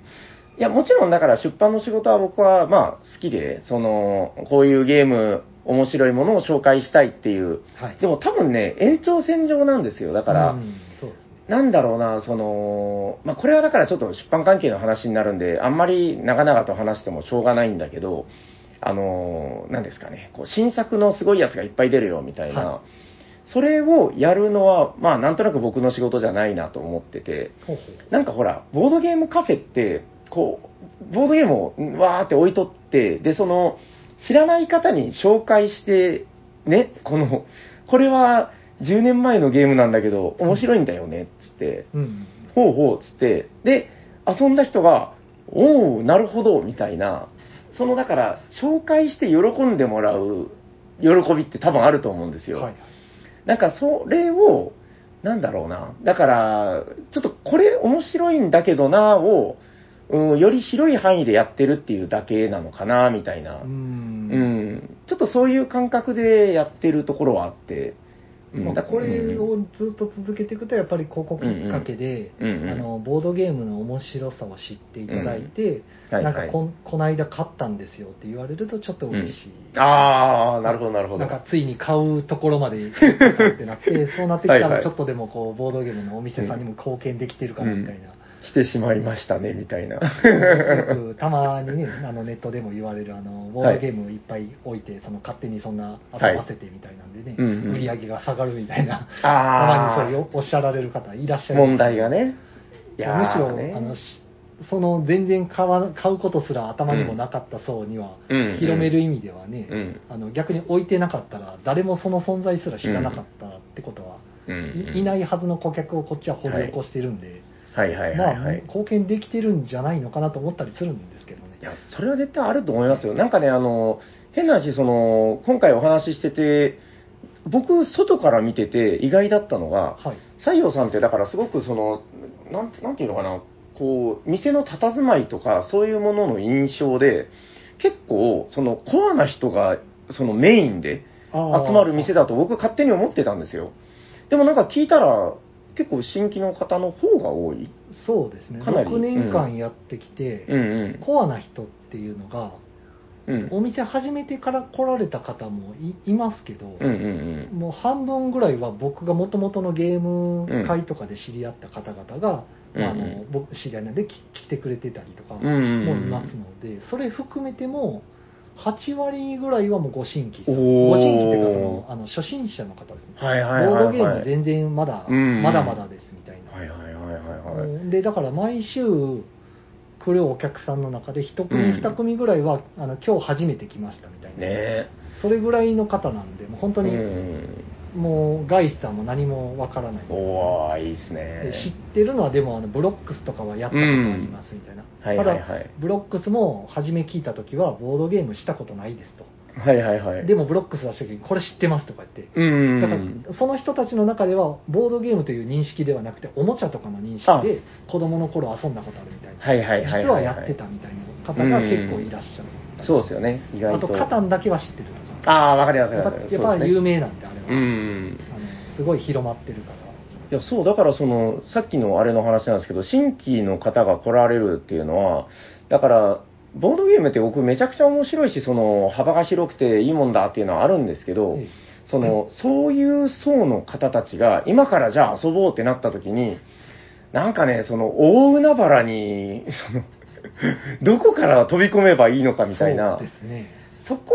Speaker 1: いや、もちろんだから出版の仕事は僕は、まあ、好きで、その、こういうゲーム、面白いものを紹介したいっていう。
Speaker 2: はい。
Speaker 1: でも多分ね、延長線上なんですよ。だから、
Speaker 2: うんそうですね。
Speaker 1: なんだろうな、その、まあ、これはだからちょっと出版関係の話になるんで、あんまり長々と話してもしょうがないんだけど、あの、なんですかね、こう、新作のすごいやつがいっぱい出るよ、みたいな、
Speaker 2: は
Speaker 1: それをやるのは、まあ、なんとなく僕の仕事じゃないなと思ってて、
Speaker 2: ほうほう
Speaker 1: なんかほら、ボードゲームカフェって、こう、ボードゲームをんわーって置いとって、で、その、知らない方に紹介して、ね、この、これは10年前のゲームなんだけど、面白いんだよね、つって、
Speaker 2: うん。
Speaker 1: ほうほう、つって、で、遊んだ人が、おおなるほど、みたいな、その、だから、紹介して喜んでもらう喜びって多分あると思うんですよ。
Speaker 2: はいはい。
Speaker 1: なんかそれを、なんだろうな、だから、ちょっとこれ面白いんだけどなを、うん、より広い範囲でやってるっていうだけなのかな、みたいな、
Speaker 2: う
Speaker 1: うんん、ちょっとそういう感覚でやってるところはあって、うん
Speaker 2: まあ、
Speaker 1: だから
Speaker 2: これをずっと続けていくとやっぱり広告きっかけで、
Speaker 1: うんうんうんうん
Speaker 2: あのボードゲームの面白さを知っていただいて、
Speaker 1: うんはい
Speaker 2: な
Speaker 1: は
Speaker 2: ん
Speaker 1: い
Speaker 2: かこんこの間買ったんですよって言われるとちょっと嬉しい、
Speaker 1: ああ、なるほど、なるほど。
Speaker 2: なんかついに買うところまで行ったってなって そうなってきた
Speaker 1: はいは
Speaker 2: ら
Speaker 1: い
Speaker 2: ちょっとでもこうボードゲームのお店さんにも貢献できてるかなみたいな、
Speaker 1: 来てしまいましたね、みた いな。
Speaker 2: よくたま にねあのネットでも言われるあのボードゲームをいっぱい置いてその勝手にそんな遊ばせてみたいなんでね、
Speaker 1: はいうんうん
Speaker 2: 売り上げが下がるみたいなたま
Speaker 1: あ
Speaker 2: にそういうおっしゃられる方いらっしゃる
Speaker 1: 問題がね。いやー
Speaker 2: むしろ、
Speaker 1: ね
Speaker 2: あのしその全然買わ買うことすら頭にもなかった層には、
Speaker 1: うんうん
Speaker 2: 広める意味ではね、
Speaker 1: うん
Speaker 2: あの逆に置いてなかったら誰もその存在すら知らなかったってことは、
Speaker 1: うんうん
Speaker 2: いいないはずの顧客をこっちは掘り起こしてるんで、
Speaker 1: はいはいはい
Speaker 2: まあ
Speaker 1: はい。
Speaker 2: 貢献できてるんじゃないのかなと思ったりするんですけどね
Speaker 1: いや、それは絶対あると思いますよ。なんかね、あの、変な話、その、今回お話ししてて、僕、外から見てて意外だったのが、
Speaker 2: はい
Speaker 1: 西洋さんって、だからすごくその、なん、なんていうのかな、こう、店の佇まいとか、そういうものの印象で、結構、その、コアな人が、そのメインで
Speaker 2: あー
Speaker 1: 集まる店だと僕勝手に思ってたんですよ。でもなんか聞いたら、結構新規の方の方が多い。
Speaker 2: そうですね
Speaker 1: かなり
Speaker 2: 6年間やってきて、
Speaker 1: うんうん。
Speaker 2: コアな人っていうのが
Speaker 1: うん。
Speaker 2: お店始めてから来られた方もいいますけど、
Speaker 1: うんうん
Speaker 2: もう半分ぐらいは僕がもともとのゲーム会とかで知り合った方々が、
Speaker 1: うん
Speaker 2: まああ
Speaker 1: うん
Speaker 2: の
Speaker 1: う
Speaker 2: 僕知り合いなんでき来てくれてたりとか
Speaker 1: うん。うん
Speaker 2: も
Speaker 1: うんうん。
Speaker 2: いますので、それ含めても8割ぐらいはもうご新規さん
Speaker 1: おー
Speaker 2: ご新規っていうかそのあの初心者の方ですね、
Speaker 1: はいはいはい、はい。
Speaker 2: ボードゲーム全然まだ、
Speaker 1: うんうん
Speaker 2: まだまだですみたいな、
Speaker 1: はいはいはいはいはい。
Speaker 2: でだから毎週来るお客さんの中で1組、
Speaker 1: うん
Speaker 2: 2組ぐらいは、あの今日初めて来ましたみたいな、
Speaker 1: ね
Speaker 2: それぐらいの方なんで、もう本当
Speaker 1: え。う
Speaker 2: に、
Speaker 1: ん。
Speaker 2: もうガイスさんも何もわからない、
Speaker 1: おー、いいです
Speaker 2: で
Speaker 1: ね。
Speaker 2: 知ってるのは、でもあのブロックスとかはやったことありますみたいな、
Speaker 1: はい
Speaker 2: た
Speaker 1: は
Speaker 2: だ、
Speaker 1: いはい。
Speaker 2: ブロックスも初め聞いたときは、ボードゲームしたことないですと、
Speaker 1: はいはいはい。
Speaker 2: で
Speaker 1: も、
Speaker 2: もブロックス出したときに、これ知ってますとか言って。
Speaker 1: う
Speaker 2: だから
Speaker 1: ん。
Speaker 2: その人たちの中ではボードゲームという認識ではなくておもちゃとかの認
Speaker 1: あ
Speaker 2: 識で子供の頃遊んだことあるみたいな
Speaker 1: はいはいはい。
Speaker 2: 実はやって。たみたいな方が結構いらっしゃる
Speaker 1: そうですよね、意外
Speaker 2: あ
Speaker 1: と。
Speaker 2: とカタンだけは知ってるとか
Speaker 1: ああ、わかります
Speaker 2: や
Speaker 1: わ
Speaker 2: っ
Speaker 1: かりま
Speaker 2: ぱ
Speaker 1: す。
Speaker 2: やっぱ有
Speaker 1: 名。
Speaker 2: 名なんであれは、
Speaker 1: うん。
Speaker 2: あのすごい広まってるから
Speaker 1: いや、そう、だからその、さっきのあれの話なんですけど、新規の方が来られるっていうのは、だから、ボードゲームって僕めちゃくちゃ面白いし、その、幅が広くていいもんだっていうのはあるんですけど、
Speaker 2: え
Speaker 1: その、そういう層の方たちが、今からじゃあ遊ぼうってなった時に、なんかね、その、大海原に、その、 どこから飛び込めばいいのか
Speaker 2: え
Speaker 1: みたいな
Speaker 2: そう。ですね
Speaker 1: そこ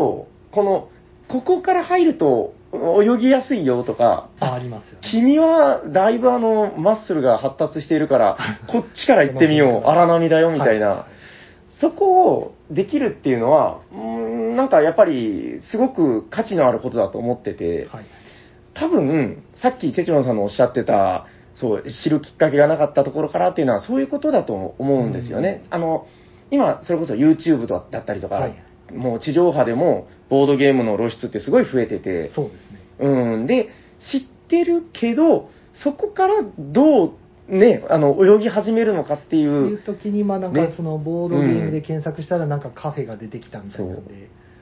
Speaker 1: を、この、ここから入ると泳ぎやすいよとか、
Speaker 2: あありますよね
Speaker 1: 君はだいぶあの、マッスルが発達している から、こっちから行ってみよう、荒波だよみたいな、
Speaker 2: は
Speaker 1: そこをできるっていうのは、うーんなんかやっぱり、すごく価値のあることだと思ってて、
Speaker 2: はい
Speaker 1: 多分、さっきテチロンさんのおっしゃってた、そう、知るきっかけがなかったところからっていうのは、そういうことだと思うんですよね。あの、今、それこそ YouTube だったりとか、
Speaker 2: はい
Speaker 1: もう地上波でもボードゲームの露出ってすごい増えてて、
Speaker 2: そうですね
Speaker 1: うん、で、知ってるけど、そこからどう、ね、あの、泳ぎ始めるのかってい
Speaker 2: いう
Speaker 1: う、
Speaker 2: 時にまあなん
Speaker 1: ね
Speaker 2: かそのボードゲームで検索したらなんかカフェが出てきたみたいなんで、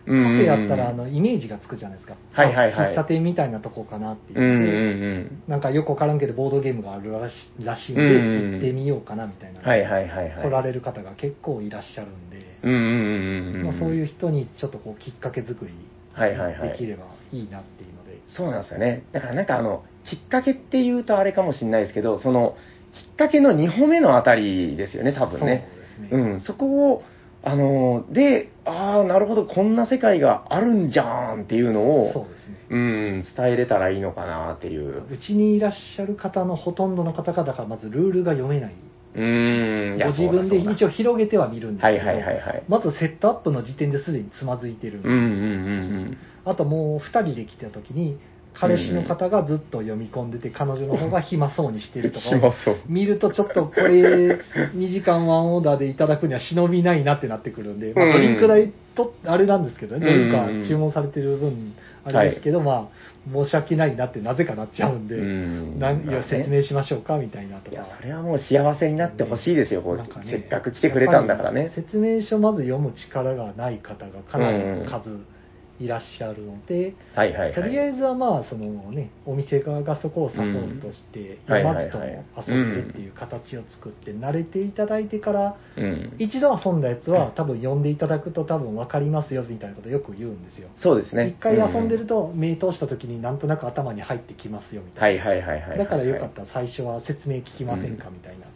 Speaker 1: うん
Speaker 2: カフェやったらあのイメージがつくじゃないですか、
Speaker 1: はいはいはい
Speaker 2: 喫茶店みたいなとこかなっていう
Speaker 1: うん
Speaker 2: の
Speaker 1: うん
Speaker 2: で、
Speaker 1: う
Speaker 2: なんかよくわからんけどボードゲームがあるらしらしいんで、
Speaker 1: うんうん
Speaker 2: 行ってみようかなみたいな、
Speaker 1: ん。はいはいはいはい。
Speaker 2: 来られる方が結構いらっしゃるんで、
Speaker 1: うんうんうんうん。。
Speaker 2: まあ、そういうう人にちょっとこうきっかけ作り
Speaker 1: はいはいは
Speaker 2: でき
Speaker 1: い。
Speaker 2: ればいいなっていうので、
Speaker 1: そうなんですよね。だからなんかあの、きっかけっていうとあれかもしれないですけど、その、きっかけの2歩目のあたりですよね、多分ね。
Speaker 2: そうです
Speaker 1: う
Speaker 2: ね、
Speaker 1: ん、そこを、あのーで、ああ、なるほど、こんな世界があるんじゃんっていうの
Speaker 2: そう
Speaker 1: を、
Speaker 2: ですね
Speaker 1: うん、伝えれたらいいのかなっていう。
Speaker 2: うちにいらっしゃる方のほとんどの方がだからまずルールが読めない
Speaker 1: うん、い
Speaker 2: ご
Speaker 1: や
Speaker 2: 自分で
Speaker 1: そうだ
Speaker 2: 一応広げては見るん
Speaker 1: そう
Speaker 2: です
Speaker 1: だは
Speaker 2: け
Speaker 1: い
Speaker 2: ど、
Speaker 1: はいはいはい。
Speaker 2: まずセットアップの時点ですでにつまずいてるんで
Speaker 1: うんうん
Speaker 2: あともう2人で来た時に彼氏の方がずっと読み込んでて、彼女の方が暇そうにして
Speaker 1: うんう
Speaker 2: る
Speaker 1: ん。
Speaker 2: とか
Speaker 1: しまそう。
Speaker 2: 見るとちょっとこれ2時間ワンオーダーでいただくには忍びないなってなってくるんで、ま
Speaker 1: うん
Speaker 2: あ、ドリンク代とあれなんですけどね、ドリンク
Speaker 1: うんうんうん
Speaker 2: は注文されてる分あれですけど、まあ申し訳ないなってなぜかなっちゃうんで、
Speaker 1: うん
Speaker 2: なんいや説
Speaker 1: い
Speaker 2: 明しましょうかみたいなと
Speaker 1: や、
Speaker 2: か
Speaker 1: そ。れはもう幸せになってほしいですよ、こう
Speaker 2: なんかね
Speaker 1: せっかく来てくれたんだから
Speaker 2: やっ
Speaker 1: ね
Speaker 2: ぱ。り説明書まず読む力がない方がかなり数いらっしゃるので、
Speaker 1: はいはいはい。
Speaker 2: とりあ
Speaker 1: ず、
Speaker 2: えずはまあそのねお店側がそこをサポートして
Speaker 1: うん
Speaker 2: 読まずとも
Speaker 1: はいはいはい
Speaker 2: 遊べるっていう形を作って慣れていただいてから
Speaker 1: うん、
Speaker 2: 一度遊んだやつは多分読んでいただくと多分分かりますよみたいなことよく言うんですよ
Speaker 1: そうですね。
Speaker 2: 一回遊んでると目通した時になんとなく頭に入ってきますよみ
Speaker 1: うん。
Speaker 2: た
Speaker 1: はいいはいはいはいは。
Speaker 2: ないだからよかったら最初は説明聞きませんかみたいな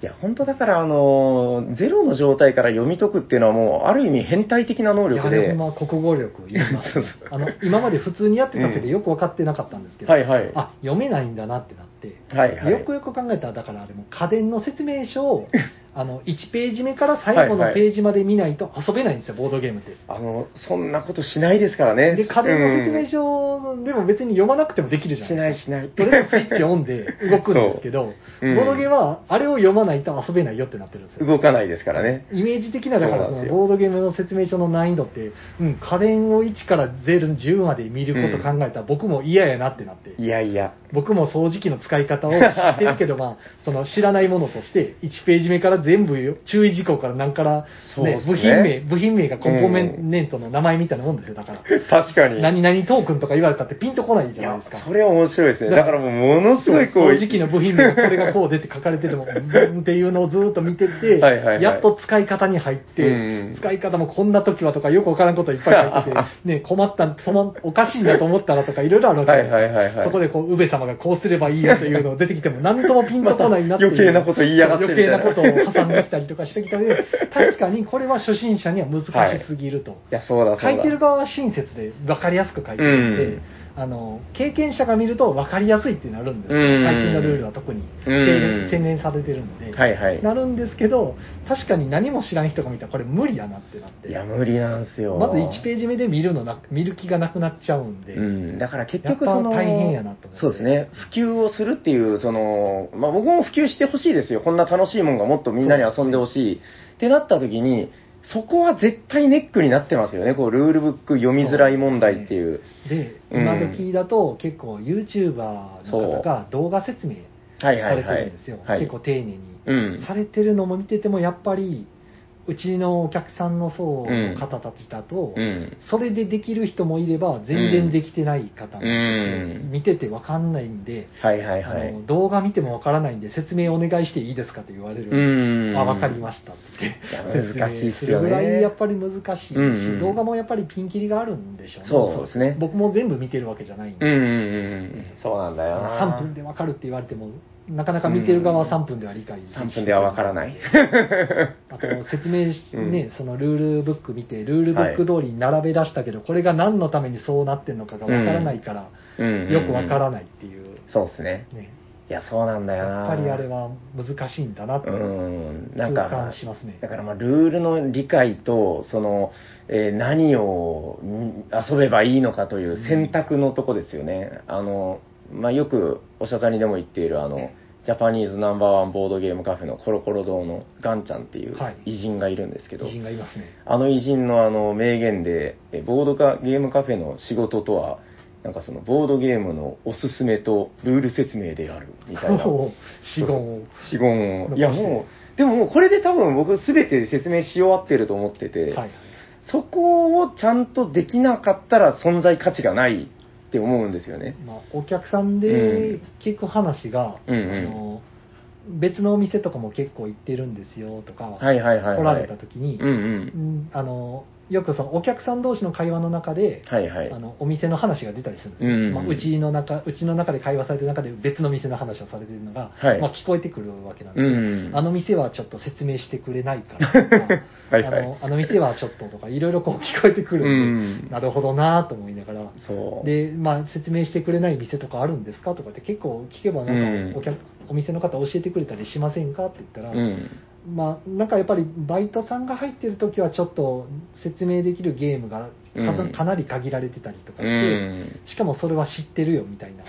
Speaker 2: い
Speaker 1: や、本当だから、あのー、ゼロの状態から読み解くっていうのはもう、ある意味変態的な能
Speaker 2: いや
Speaker 1: 力
Speaker 2: あれ
Speaker 1: で。
Speaker 2: ほんま国語力いります
Speaker 1: そうそう
Speaker 2: あの今まで普通にやってたせいでよく分かってなかったんですけど
Speaker 1: はいはい。
Speaker 2: あ読めないんだなってなって
Speaker 1: はいはい。
Speaker 2: よくよく考えたら、だから、でも家電の説明書 をあの1ページ目から最後のページまで見ないと遊べないんですよ、ボードゲームって。
Speaker 1: あの、そんなことしないですからね。
Speaker 2: で、家電の説明
Speaker 1: 書、
Speaker 2: 書でも別に読まなくてもできるじゃ
Speaker 1: し
Speaker 2: ん。
Speaker 1: ないしない。
Speaker 2: とりあえずスイッチオンで 動くんですけど、
Speaker 1: そううん
Speaker 2: ボードゲームはあれを読まないと遊べないよってなってるんですよ。
Speaker 1: 動かないですからね。
Speaker 2: イメージ的な、だから
Speaker 1: そうなん
Speaker 2: その
Speaker 1: ですよ
Speaker 2: ボードゲームの説明書の難易度って、うん、家電を1から0、10まで見ること考えたら僕も嫌やなってなって。
Speaker 1: いやいや。
Speaker 2: 僕も掃除機の使い方を知ってる けど、まあ、その知らないものとして、1ページ目から全部よ注意事項から何から、
Speaker 1: そうっすね
Speaker 2: 部品名、部品名がコンポーネントの名前みたいなもんですよ、だから。
Speaker 1: 確かに。
Speaker 2: 何々トークンとか言われたってピンとこない
Speaker 1: い
Speaker 2: じゃない
Speaker 1: や
Speaker 2: ですか、。
Speaker 1: それは面白いですね。だ
Speaker 2: だ
Speaker 1: か
Speaker 2: からら
Speaker 1: もう、ものすごいこう。
Speaker 2: 掃除機の部品名がこれがこう出て書か れてても、うんっていうのをずーっと見てて
Speaker 1: はいはいはい、
Speaker 2: やっと使い方に入っ
Speaker 1: うん
Speaker 2: て、使い方もこんな時はとかよくわからんこといっぱい書い てて、ね、困った、その、おかしいなと思ったらとかいろいろあるわけ
Speaker 1: はい
Speaker 2: ですよ
Speaker 1: はいはいはい。
Speaker 2: そこでこう、宇部様がこうすればいいよというのを出てきても、何ともピンとこないなっていう。
Speaker 1: また余計なこと言いやがってみたいな
Speaker 2: 余計なことを挟んできたりとかしてきた ので、確かにこれは初心者には難しすぎると。
Speaker 1: いや、そうだそうだ。
Speaker 2: 書いてる側は親切で分かりやすく書いてるんで、
Speaker 1: うん
Speaker 2: あの経験者が見ると分かりやすいってなるんですよ
Speaker 1: うん
Speaker 2: 最近のルールは特に
Speaker 1: う
Speaker 2: 洗
Speaker 1: ん
Speaker 2: 練洗練されてるので、
Speaker 1: はいはい。
Speaker 2: なるんですけど確かに何も知らん人が見たらこれ無理やなってなって
Speaker 1: いや、無理なんですよ。
Speaker 2: まず1ページ目で見るのな見る気がなくなっちゃうんで、
Speaker 1: うん、だから結局その、
Speaker 2: やっぱ大変やなと思って
Speaker 1: そうですね、普及をするっていう、その、まあ僕も普及してほしいですよ。こんな楽しいもんがもっとみんなに遊んでほしい。ってなった時に、そこは絶対ネックになってますよね。こう、ルールブック読みづらい問題っていう。
Speaker 2: で
Speaker 1: うん
Speaker 2: 今時だと結構 YouTuber の方が動画説明
Speaker 1: はいは
Speaker 2: さ
Speaker 1: い
Speaker 2: れて
Speaker 1: はい。
Speaker 2: るんですよ、
Speaker 1: はい、
Speaker 2: 結構丁寧に、
Speaker 1: うん。
Speaker 2: されてるのも見ててもやっぱりうちのお客さんの層の方たちだと、
Speaker 1: うん。
Speaker 2: それでできる人もいれば全然できてない方もいて、
Speaker 1: うん
Speaker 2: 見ててわかんないんで、
Speaker 1: はいはいはい
Speaker 2: あ。の動画見てもわからないんで説明お願いしていいですかって言われる、
Speaker 1: うん。
Speaker 2: あ分かりましたって言って
Speaker 1: いや難
Speaker 2: 説明
Speaker 1: しいっす
Speaker 2: する
Speaker 1: よ
Speaker 2: ぐらいや
Speaker 1: ね
Speaker 2: っ。ぱり難しいし、
Speaker 1: うんうん
Speaker 2: 動画もやっぱりピンキリがあるんでしょうね
Speaker 1: そうですね
Speaker 2: 僕も全部見てるわけじゃないんで、
Speaker 1: うんうんうん。そうなんだよな。
Speaker 2: 3分で分かるって言われてもなかなか見てる側は3分では理解でき
Speaker 1: 3分ではわから
Speaker 2: い
Speaker 1: ない。
Speaker 2: あと説明し、
Speaker 1: うん
Speaker 2: ね、そのルールブック見て、ルールブック通りに並べ出したけど、これが何のためにそうなってんのかがわからないから、
Speaker 1: うん。
Speaker 2: よくわから
Speaker 1: い。
Speaker 2: ないっていう、
Speaker 1: そうですね。
Speaker 2: ね、
Speaker 1: いや、そうなんだよな。
Speaker 2: やっぱりあれは難しいんだなと
Speaker 1: う
Speaker 2: 痛
Speaker 1: ん、なん
Speaker 2: 感
Speaker 1: か、
Speaker 2: しますね
Speaker 1: だ。からまあルールの理解と、その、えー何をん遊べばいいのかという選択のとこですよね。あの、まあ、よくおしゃさんにでも言っている、あの、ジャパニーズナンバーワンボードゲームカフェのコロコロ堂のガンちゃんっていう
Speaker 2: はい
Speaker 1: 偉人がいるんですけど、
Speaker 2: 偉人がいますね。
Speaker 1: あの偉人のあの名言で、えボードかゲームカフェの仕事とは、なんかそのボードゲームのおすすめとルール説明であるみ たいな。
Speaker 2: 資本を。
Speaker 1: 資言を。いや
Speaker 2: 残して
Speaker 1: もう、でももうこれで多分僕全て説明し終わってると思ってて、
Speaker 2: はい。
Speaker 1: そこをちゃんとできなかったら存在価値がないって思うんですよね。
Speaker 2: まあ、お客さん
Speaker 1: う
Speaker 2: で
Speaker 1: ん
Speaker 2: 聞く話が、
Speaker 1: うんうん
Speaker 2: あの別のお店とかも結構行ってるんですよとか、
Speaker 1: はいはいはい、はい。
Speaker 2: 来られた時に、
Speaker 1: うんうん。
Speaker 2: うんあのよくそのお客さん同士の会話の中で、
Speaker 1: はいはい
Speaker 2: あ。のお店の話が出たりするんですよ、
Speaker 1: うんうん
Speaker 2: まあ、うちの中うちの中で会話されてる中で別の店の話をされてるのが、
Speaker 1: はい
Speaker 2: まあ、聞こえてくるわけなんで、
Speaker 1: うんうん。
Speaker 2: あの店はちょっと説明してくれない からとか
Speaker 1: はいはい
Speaker 2: あのあの店はちょっととかいろいろこう聞こえてくる
Speaker 1: うん
Speaker 2: で、
Speaker 1: ん
Speaker 2: なるほどなぁと思いながら。
Speaker 1: そう。
Speaker 2: でまあ、説明してくれない店とかあるんですかとかって結構聞けばなんかお客、お店の方教えてくれたりしませんかって言ったら、
Speaker 1: うん。
Speaker 2: まあ、なんかやっぱりバイトさんが入ってる時はちょっと説明できるゲームがか,、
Speaker 1: うん
Speaker 2: なり限られてたりとかして、
Speaker 1: うん。
Speaker 2: しかもそれは知ってるよ みたいな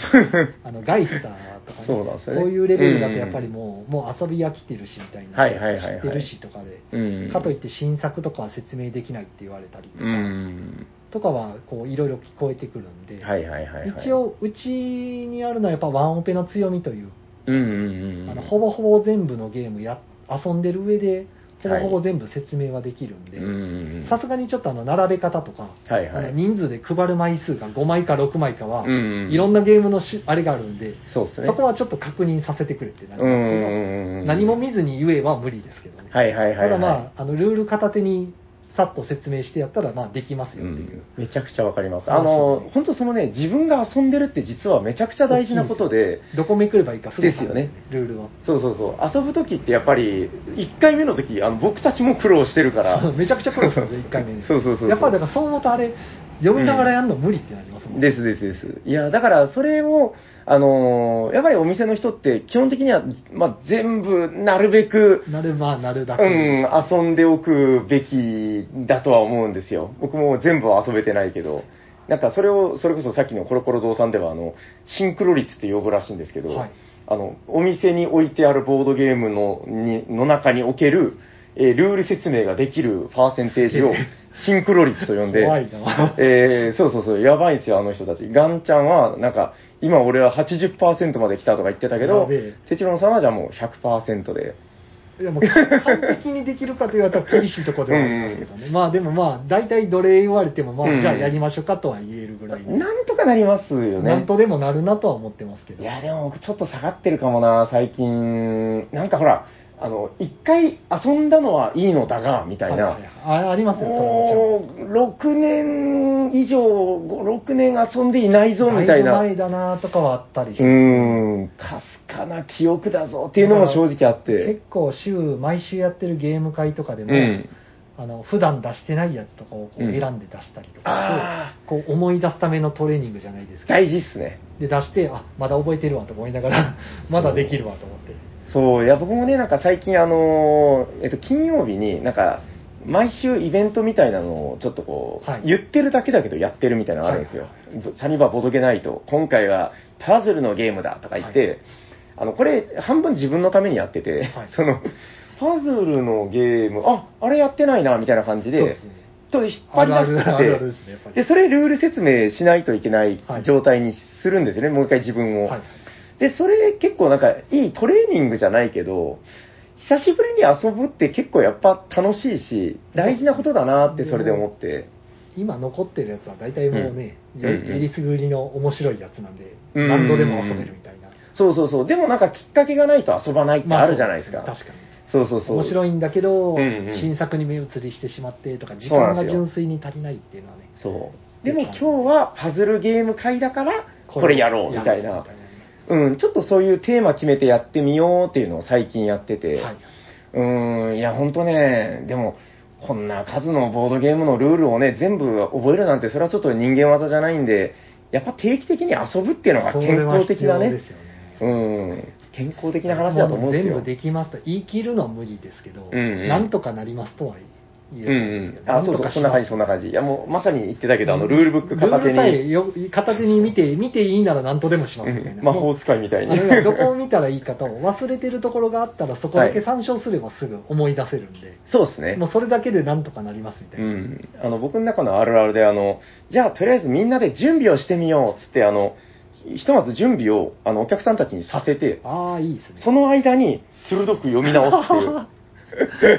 Speaker 2: あのガイスターとか、ね
Speaker 1: そうなんですよね
Speaker 2: そういうレベルだとやっぱりもう,、もう遊び飽きてるしみたいな、
Speaker 1: はいはいはいはい
Speaker 2: 知ってるしとかで、
Speaker 1: うん。
Speaker 2: かといって新作とかは説明できないって言われたりとか,、
Speaker 1: うん。
Speaker 2: とかはこういろいろ聞こえてくるんで、
Speaker 1: はいはいはい、はい。
Speaker 2: 一、応うちにあるのはやっぱワンオペの強みという
Speaker 1: うんうんうん。
Speaker 2: あのほぼほぼ全部のゲームや遊んでる上で、ほぼほぼ全部説明はできるん
Speaker 1: うんう
Speaker 2: で、
Speaker 1: んうん。
Speaker 2: さすがにちょっとあの並べ方とか、
Speaker 1: はい
Speaker 2: あ
Speaker 1: は
Speaker 2: の
Speaker 1: い。
Speaker 2: 人数で配る枚数が5枚か6枚かは、
Speaker 1: うんうん
Speaker 2: いろんなゲームのしあれがあるんで、
Speaker 1: そうですね。
Speaker 2: そこはちょっと確認させてくれってなり
Speaker 1: うんう
Speaker 2: ますけ
Speaker 1: んうんう
Speaker 2: ど、
Speaker 1: ん。
Speaker 2: 何も見ずに言えは無理ですけどね。
Speaker 1: はいはいはい、は
Speaker 2: た
Speaker 1: い。
Speaker 2: だまあ、あのルール片手にさっと説明してやったら、まあできますよっていう。
Speaker 1: めちゃくちゃわかります。
Speaker 2: まあ
Speaker 1: あの
Speaker 2: そうね、
Speaker 1: 本当そのね、自分が遊んでるって実はめちゃくちゃ大事なことで、
Speaker 2: どこめくればいいかすぐ
Speaker 1: ですよね
Speaker 2: ルールは。
Speaker 1: そうそうそう、遊ぶ時ってやっぱり、1回目の時あの僕たちも苦労してるから、
Speaker 2: そうめちゃくちゃ苦労する んですよ、1回目に。
Speaker 1: そうそうそうそう
Speaker 2: やっぱだからそう思うとあれ、読みながらやるの無理ってなりますもんね。
Speaker 1: ですですです。いや、だからそれを、あのーやっぱりお店の人って基本的には、まあ、全部なるべく、
Speaker 2: なるまあなるだ
Speaker 1: う
Speaker 2: け。
Speaker 1: ん、遊んでおくべきだとは思うんですよ。僕も全部は遊べてないけど。なんかそれを、それこそさっきのコロコロ堂さんでは、あの、シンクロ率って呼ぶらしいんですけど、
Speaker 2: はい
Speaker 1: あの、お店に置いてあるボードゲームの、に、の中における、えールール説明ができるパーセンテージを、シンクロ率と呼んで、
Speaker 2: 怖いな
Speaker 1: えーそうそうそう、やばいんですよ、あの人たち。ガンちゃんは、なんか、今俺は80%まで来たとか言ってたけ
Speaker 2: や
Speaker 1: ど
Speaker 2: べえ、
Speaker 1: テチロンさんはじゃあもう100%で。
Speaker 2: いやもう完璧にできるかと言われたら厳しいところではありますけどね。まあでもまあ、大体どれ言われても、ま
Speaker 1: うん
Speaker 2: あじゃあやりましょうかとは言えるぐらいの。
Speaker 1: なんとかなりますよ
Speaker 2: な
Speaker 1: ね
Speaker 2: ん。とでもなるなとは思ってますけど。
Speaker 1: いや、でも僕ちょっと下がってるかもな、最近。なんかほら、あの、一回遊んだのはいいのだが、みたいな。
Speaker 2: はいはいはいあありますよ、それはも
Speaker 1: もう、6年以上、6年遊んでいない
Speaker 2: ちろ
Speaker 1: ぞ、
Speaker 2: ん。
Speaker 1: みたいな。
Speaker 2: だいうぶ前だなとかはあったりして。
Speaker 1: ーん、かすかな記憶だぞっていうのも正直あって。
Speaker 2: 結構週、毎週やってるゲーム会とかでも、
Speaker 1: うん。
Speaker 2: あの普段出してないやつとかをこう
Speaker 1: うん
Speaker 2: 選んで出したりと
Speaker 1: あ
Speaker 2: かして、こう思い出すためのトレーニングじゃないですか
Speaker 1: 大事っすね。
Speaker 2: で出してあまだ覚えてるわと思いながら
Speaker 1: そう
Speaker 2: まだできるわと思って
Speaker 1: そう、いや、僕もね、なんか最近、あのーえっと、金曜日に、なんか、毎週イベントみたいなのをちょっとこう、
Speaker 2: はい
Speaker 1: 言ってるだけだけどやってるみたいなのがあるんですよ。サニバボドゲナイト、今回はパズルのゲームだとか言って、
Speaker 2: は
Speaker 1: あの、これ、半分自分のためにやってて、
Speaker 2: はい
Speaker 1: その、パズルのゲーム、あ、あれやってないな、みたいな感じ
Speaker 2: そう
Speaker 1: で、
Speaker 2: すね
Speaker 1: ちょっと引っ張り出して
Speaker 2: あるあるあるあるですねやっぱり
Speaker 1: で、それルール説明しないといけない
Speaker 2: はい
Speaker 1: 状態にするんですよね、もう一回自分を。
Speaker 2: はい
Speaker 1: で、それ結構なんかいいトレーニングじゃないけど、久しぶりに遊ぶって結構やっぱ楽しいし、大事なことだなってそれで思って。
Speaker 2: 今残ってるやつは大体もうね、
Speaker 1: うん
Speaker 2: よ
Speaker 1: うん
Speaker 2: りえりすぐりの面白いやつなんで、
Speaker 1: うん
Speaker 2: 何度でも遊べるみたいな、
Speaker 1: そうそうそう。でもなんかきっかけがないと遊ばないってあるじゃないですか。
Speaker 2: まあそう確かに
Speaker 1: そうそうそう。
Speaker 2: 面白いんだけど、
Speaker 1: うんうん
Speaker 2: 新作に目移りしてしまってとか時
Speaker 1: そうな
Speaker 2: 間
Speaker 1: んで
Speaker 2: が
Speaker 1: すよ
Speaker 2: 純粋に足りないっていうのはね
Speaker 1: そう。でも今日はパズルゲーム会だから、これやろうみたい
Speaker 2: やろ
Speaker 1: な
Speaker 2: う。
Speaker 1: うん、ちょっとそういうテーマ決めてやってみようっていうのを最近やってて。
Speaker 2: みたいなねはいう
Speaker 1: ーん、いや、ほんとね、でも、こんな数のボードゲームのルールをね、全部覚えるなんて、それはちょっと人間技じゃないんで、やっぱ定期的に遊ぶ っていうのが
Speaker 2: そ
Speaker 1: 健
Speaker 2: れは
Speaker 1: 康的
Speaker 2: 必
Speaker 1: な
Speaker 2: 要
Speaker 1: ね、
Speaker 2: ですよね
Speaker 1: うん、健康的な話だと思うんですよ。
Speaker 2: も全部できますと言い切るのは無理ですけど、
Speaker 1: うんうん
Speaker 2: なんとかなりますとは言え
Speaker 1: う
Speaker 2: る
Speaker 1: ん
Speaker 2: んです
Speaker 1: う
Speaker 2: け
Speaker 1: ん。
Speaker 2: ど、
Speaker 1: あ、そうそう、そんな感じ、そんな感じ。いや、もうまさに言ってたけど、あの、ルールブック片手
Speaker 2: ルールさえ
Speaker 1: に、
Speaker 2: よ片手に見て、見ていいなら何とでもしますみたいな。
Speaker 1: うん魔法使いみたい
Speaker 2: あ
Speaker 1: に。
Speaker 2: の今ど こを見たらいいかと、忘れてるところがあったら、そこだけ参照すればすぐ思い出せるんで、
Speaker 1: そうですね
Speaker 2: も。うそれだけでなんとかなりますみたいうな。
Speaker 1: ん、あの僕の中のあるあるであの、じゃあとりあえずみんなで準備をしてみようっつってあの、ひとまず準備をあのお客さんたちにさせて、
Speaker 2: ああ、いいですね。
Speaker 1: その間に鋭く読み直すっていう。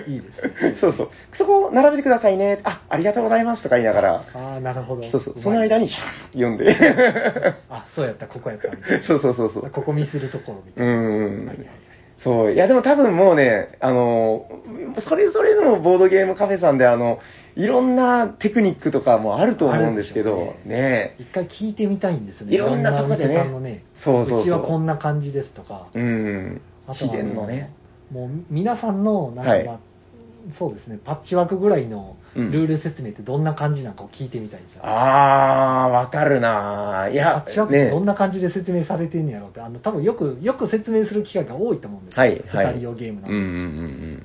Speaker 2: いいですね。
Speaker 1: そうそう。そこを並べてくださいね。あ、ありがとうございますとか言いながら、
Speaker 2: ああ、なるほど。
Speaker 1: そうそう
Speaker 2: ま。い
Speaker 1: その間に、ひゃーって読んで。
Speaker 2: あ、そうやった、ここやったみたいな。
Speaker 1: そうそうそうそう。
Speaker 2: ここ見するところみた
Speaker 1: う
Speaker 2: いな。
Speaker 1: ん
Speaker 2: はいはいはい。
Speaker 1: そう。いや、でも多分もうね、あの、それぞれのボードゲームカフェさんで、あの、いろんなテクニックとかもあると思うんですけ
Speaker 2: ある
Speaker 1: ど
Speaker 2: でし、ょう
Speaker 1: ね
Speaker 2: 一回聞いてみたいんですよね。
Speaker 1: いろんなとこでね
Speaker 2: いろんなお店さんのね、
Speaker 1: そうそうそう
Speaker 2: ちはこんな感じですとか、
Speaker 1: うん。
Speaker 2: あ
Speaker 1: 秘
Speaker 2: とはあ
Speaker 1: 伝のね。
Speaker 2: もう皆さんの、なんか、まあ
Speaker 1: はい
Speaker 2: そうですね、パッチワークぐらいの
Speaker 1: うん
Speaker 2: ルール説明ってどんな感じなのかを聞いてみたいんですよ。
Speaker 1: あー、わかるなぁ。い
Speaker 2: パ
Speaker 1: や
Speaker 2: ッチワー、クって
Speaker 1: ね
Speaker 2: どんな感じで説明されてんやろうって、あの多分よくよく説明する機会が多いと思うんですよ、
Speaker 1: はいはい
Speaker 2: 二人用ゲーム
Speaker 1: うう
Speaker 2: なんんて、
Speaker 1: ん
Speaker 2: っ
Speaker 1: う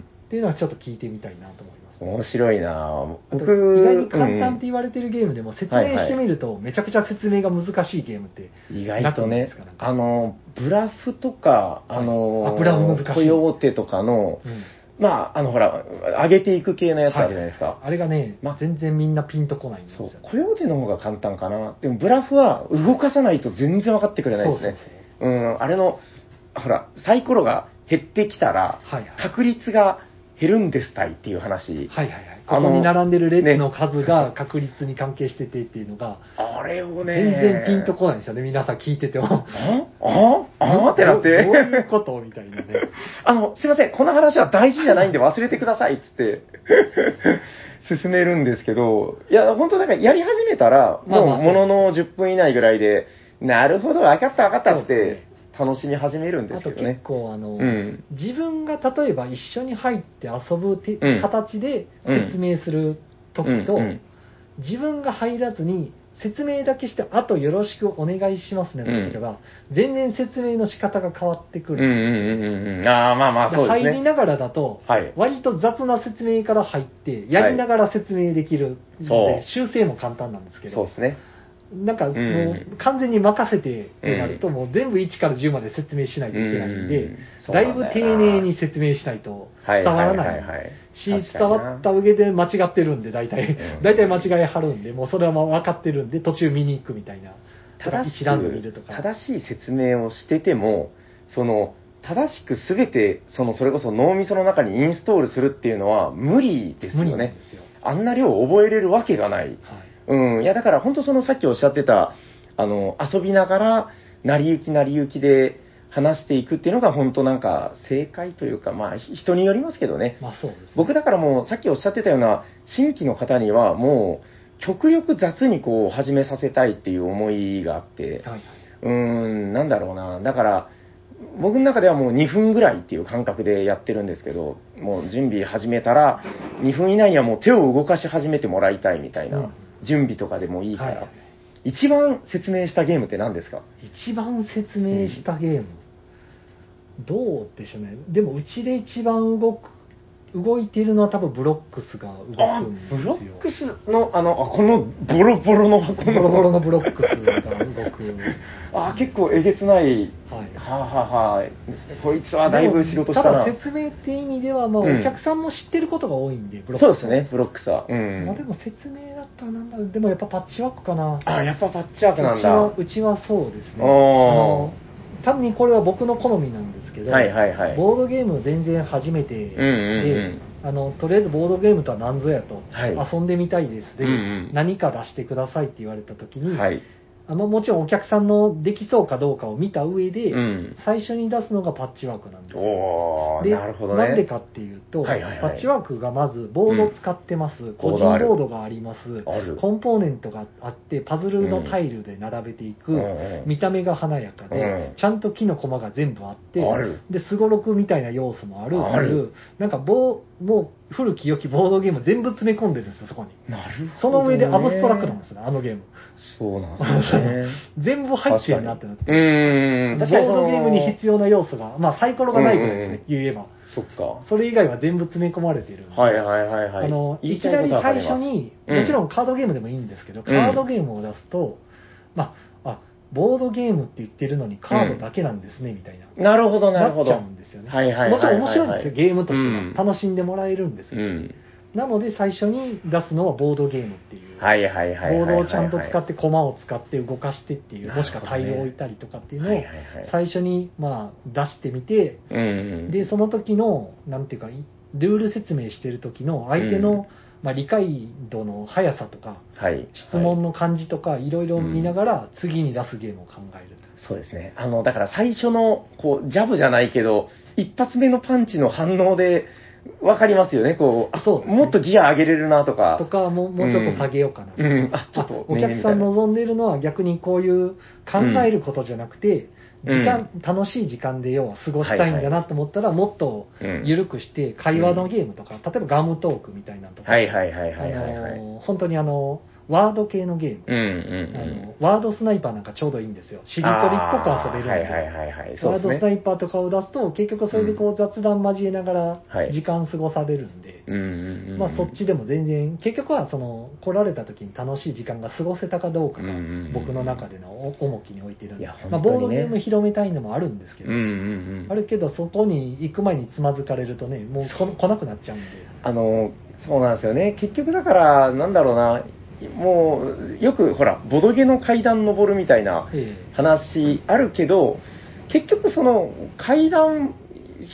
Speaker 1: ん
Speaker 2: ていうのはちょっと聞いてみたいなと思います。
Speaker 1: うん。面白いなぁ。
Speaker 2: あと意
Speaker 1: 僕、
Speaker 2: 外に簡単
Speaker 1: うん
Speaker 2: って言われてるゲームでも説明してみると、めちゃくちゃ説明が難しいゲームって、
Speaker 1: 意外と
Speaker 2: な
Speaker 1: ね
Speaker 2: くないですかなん、か
Speaker 1: あの、ブラフとか、
Speaker 2: はい
Speaker 1: あの、
Speaker 2: あブラフ難しい
Speaker 1: コヨーテとかの、
Speaker 2: うん
Speaker 1: まあ、あの、ほら、上げていく系のやつあるじゃないですか。
Speaker 2: あれがね、
Speaker 1: ま
Speaker 2: 全然みんなピンとこないんです
Speaker 1: そ
Speaker 2: よ
Speaker 1: う、。コヨーテの方が簡単かな。でも、ブラフは動かさないと全然分かってくれないですね。
Speaker 2: そう
Speaker 1: うん、あれの、ほら、サイコロが減ってきたら、
Speaker 2: はいはい
Speaker 1: 確率が減るんですたいっていう話。
Speaker 2: はいはいはい。
Speaker 1: あ
Speaker 2: こ
Speaker 1: の
Speaker 2: こに並んでる列の数が確率に関係しててっていうのが、
Speaker 1: あれをね、
Speaker 2: 全然ピンとこないんですよね、皆さん聞いてて も。
Speaker 1: あああってなっ
Speaker 2: どうどうい
Speaker 1: て。
Speaker 2: うことみたいなね。
Speaker 1: あの、すいません、この話は大事じゃないんで忘れてくださいっつって、 進めるんですけど、いや、本当なんかやり始めたら、
Speaker 2: まあま
Speaker 1: も
Speaker 2: あ
Speaker 1: うものの10分以内ぐらいで、なるほど、分かった分かったっつっ
Speaker 2: そうで
Speaker 1: て、楽しみ始めるんで
Speaker 2: あ
Speaker 1: すけど
Speaker 2: と結
Speaker 1: ね。
Speaker 2: 構、あの、
Speaker 1: うん。
Speaker 2: 自分が例えば一緒に入って遊ぶて、
Speaker 1: うん
Speaker 2: 形で
Speaker 1: うん
Speaker 2: 説明する時と、
Speaker 1: うんうん
Speaker 2: 自分が入らずに説明だけして、あとよろしくお願いしますねの時は、全然説明の仕方が変わってく
Speaker 1: うん
Speaker 2: る。
Speaker 1: うんうんうん。ああ、まあまあ、
Speaker 2: で
Speaker 1: そうで
Speaker 2: 入
Speaker 1: す
Speaker 2: り
Speaker 1: ね。
Speaker 2: ながらだと、
Speaker 1: はい。
Speaker 2: 割と雑な説明から入って、やりながら説明できるので、
Speaker 1: そう
Speaker 2: 修正も簡単なんですけ
Speaker 1: そう
Speaker 2: ど、
Speaker 1: ですね。
Speaker 2: なんかも
Speaker 1: ん
Speaker 2: う完全に任せてってなると、もう全部1から10まで説明しないといけないんで、
Speaker 1: うん
Speaker 2: だいぶ丁寧に説明しないと
Speaker 1: はい
Speaker 2: 伝わら
Speaker 1: は
Speaker 2: ないい
Speaker 1: はいはい
Speaker 2: し、
Speaker 1: 確かにな
Speaker 2: 伝わった上で間違ってるんで、大体
Speaker 1: う、ん
Speaker 2: 大体間違いはるんで、もうそれはまあ分かってるんで、途中見に行くみたいな、とか
Speaker 1: 正し
Speaker 2: 一覧で見ると
Speaker 1: く、
Speaker 2: か。
Speaker 1: 正しい説明をしてても、その、正しくすべて、その、それこそ脳みその中にインストールするっていうのは無理ですよ
Speaker 2: 無理なん
Speaker 1: ね
Speaker 2: で。すよ。
Speaker 1: あんな量を覚えれるわけがない。
Speaker 2: はい
Speaker 1: うん。いや、だから本当そのさっきおっしゃってた、あの、遊びながら、成り行き成り行きで話していくっていうのが本当なんか正解というか、まあ、ひ人によりますけどね。
Speaker 2: まあそうですね。
Speaker 1: 僕だからもうさっきおっしゃってたような新規の方にはもう極力雑にこう始めさせたいっていう思いがあって
Speaker 2: はいはい
Speaker 1: ー
Speaker 2: う
Speaker 1: んなんだろうなだから僕の中ではもう2分ぐらいっていう感覚でやってるんですけど、もう準備始めたら、2分以内にはもう手を動かし始めてもらいたいみたいな、
Speaker 2: うん
Speaker 1: 準備とかでもいいから、
Speaker 2: はい
Speaker 1: 一番説明したゲームって何ですか
Speaker 2: 一番説明したゲーム、どうでしょうねでもうちで一番動く動いてるのは多分ブロックスが動くんですよ
Speaker 1: あブロッ クスの、あの、あこのボロボロの箱
Speaker 2: ボ
Speaker 1: の、
Speaker 2: ロボロのブロックスが動く
Speaker 1: あ結構えげつない、
Speaker 2: はい
Speaker 1: はあ、はあはあ、こいつはだいぶ仕事した
Speaker 2: でも
Speaker 1: な
Speaker 2: た。だ説明って意味では、まあ、
Speaker 1: うん
Speaker 2: お客さんも知ってることが多いんで、ブロック
Speaker 1: そうで
Speaker 2: ス
Speaker 1: すね、ブロックスは。うん
Speaker 2: まあ、でも説明だったらなんだろうでもやっぱパッチワークかな。
Speaker 1: あ、やっぱパッチワークなんだ。
Speaker 2: うちはうちはそうです
Speaker 1: おー
Speaker 2: ね。あの単にこれは僕の好みなんですけど、
Speaker 1: はいはいはい。
Speaker 2: ボードゲーム全然初めてで、
Speaker 1: うんうん
Speaker 2: あのとりあえずボードゲームとは何ぞやと、
Speaker 1: はい
Speaker 2: 遊んでみたいですで、
Speaker 1: うんうん
Speaker 2: 何か出してくださいって言われた時に、
Speaker 1: はい。
Speaker 2: あのもちろんお客さんのできそうかどうかを見た上で、
Speaker 1: うん。
Speaker 2: 最初に出すのがパッチワークなんですよ
Speaker 1: おー、
Speaker 2: で
Speaker 1: なるほど
Speaker 2: んで
Speaker 1: ね。
Speaker 2: かっていうと、
Speaker 1: はいはいはい
Speaker 2: パッチワークがまずボード使ってます、個
Speaker 1: ボ
Speaker 2: 人
Speaker 1: ードある
Speaker 2: ボードがあります、
Speaker 1: ある。
Speaker 2: コンポーネントがあって、パズルのタイルで並べていく、
Speaker 1: うんうん
Speaker 2: 見た目が華やかで、
Speaker 1: うん
Speaker 2: ちゃんと木の駒が全部あって、
Speaker 1: ある
Speaker 2: で、すごろくみたいな要素もあるって
Speaker 1: あ
Speaker 2: い
Speaker 1: る
Speaker 2: う、なんかボーもう古き良きボードゲーム全部詰め込んでるんですよ、そこに。
Speaker 1: なる
Speaker 2: そ
Speaker 1: ほどね
Speaker 2: の上でアブストラクトなんですよね、あのゲーム。
Speaker 1: そうなんですよね。
Speaker 2: 全部入ってるなってなって。
Speaker 1: うーん。
Speaker 2: 確かにそのゲームに必要な要素が、まあサイコロがないからいですね、
Speaker 1: う
Speaker 2: 言えば。
Speaker 1: そっか。
Speaker 2: それ以外は全部詰め込まれてるんで。
Speaker 1: はいはいはいはい。
Speaker 2: あの
Speaker 1: 言
Speaker 2: いき
Speaker 1: た
Speaker 2: なり
Speaker 1: ことはわかま
Speaker 2: 最
Speaker 1: す
Speaker 2: 初に、
Speaker 1: うん
Speaker 2: もちろんカードゲームでもいいんですけど、カードゲームを出すと、まあ、あボードゲームって言ってるのにカードだけなんですね、みたいな、
Speaker 1: なるほどな
Speaker 2: な
Speaker 1: るほ
Speaker 2: っ
Speaker 1: ど。
Speaker 2: ちゃうんですよね。
Speaker 1: はいはいはいはいはい
Speaker 2: もちろん面白いんですよ、ゲームとしては、
Speaker 1: うん
Speaker 2: 楽しんでもらえるんです
Speaker 1: う
Speaker 2: よ、
Speaker 1: ん。
Speaker 2: なので最初に出すのはボードゲームっていう、
Speaker 1: はいはいはいはいはいはい。
Speaker 2: ボードをちゃんと使って、駒を使って動かしてっていう、もしくはタイルを置いたりとかっていうの
Speaker 1: は
Speaker 2: を
Speaker 1: いはいはい
Speaker 2: 最初にまあ出してみて、
Speaker 1: うん。
Speaker 2: で、その時の、なんていうか、いルール説明してる時の相手の、
Speaker 1: うん
Speaker 2: まあ、理解度の速さとか、
Speaker 1: はい。
Speaker 2: 質問の感じとか、いろいろ見ながら、次に出すゲームを考える。
Speaker 1: そうですね。あの、だから最初の、こう、ジャブじゃないけど、一発目のパンチの反応で、わかりますよね。こう、あ
Speaker 2: そうですね
Speaker 1: もっとギア上げれるなとか。
Speaker 2: とか、もうもうちょっと下げようかな。
Speaker 1: うん、あ、ちょっ
Speaker 2: あ
Speaker 1: と
Speaker 2: お
Speaker 1: ね、
Speaker 2: 客さん
Speaker 1: み
Speaker 2: 望んでいるのは逆にこういう考えることじゃなくて、
Speaker 1: うん
Speaker 2: 時間、楽しい時間で要は過ごしたいんだなと思ったら、もっと
Speaker 1: たいなうん
Speaker 2: 緩くして、会話のゲームとか、例えばガムトークみたいなのとか、
Speaker 1: はいはいはい
Speaker 2: あ
Speaker 1: はいはいはい。
Speaker 2: のー本当にあの、ワード系のゲーム、
Speaker 1: うんう
Speaker 2: あ
Speaker 1: ん
Speaker 2: のワードスナイパーなんかちょうどいいんですよ。
Speaker 1: う
Speaker 2: し
Speaker 1: ん。
Speaker 2: りとりっぽく遊べるんで、
Speaker 1: あーはいはいはいはい。そう
Speaker 2: ワ
Speaker 1: です
Speaker 2: ードスナ
Speaker 1: ね。
Speaker 2: イパーとかを出すと、結局それでこう雑談交えながら
Speaker 1: はい
Speaker 2: 時間過ごされるんで、
Speaker 1: うんうんうん。
Speaker 2: まあそっちでも全然、結局はその来られた時に楽しい時間が過ごせたかどうかが
Speaker 1: うんうんうん
Speaker 2: 僕の中でのお重きに置いてるん
Speaker 1: い
Speaker 2: で
Speaker 1: や、
Speaker 2: まあ、
Speaker 1: 本当にね
Speaker 2: ボードゲーム広めたいのもあるんですけ
Speaker 1: うん
Speaker 2: ど、
Speaker 1: うんうん。
Speaker 2: あるけどそこに行く前につまずかれるとね、もうこ来なくなっちゃうんで。
Speaker 1: あの、そうなんですよね。結局だから、なんだろうな、もう、よくほら、ボドゲの階段登るみたいな
Speaker 2: ええ
Speaker 1: 話あるけど、結局その階段、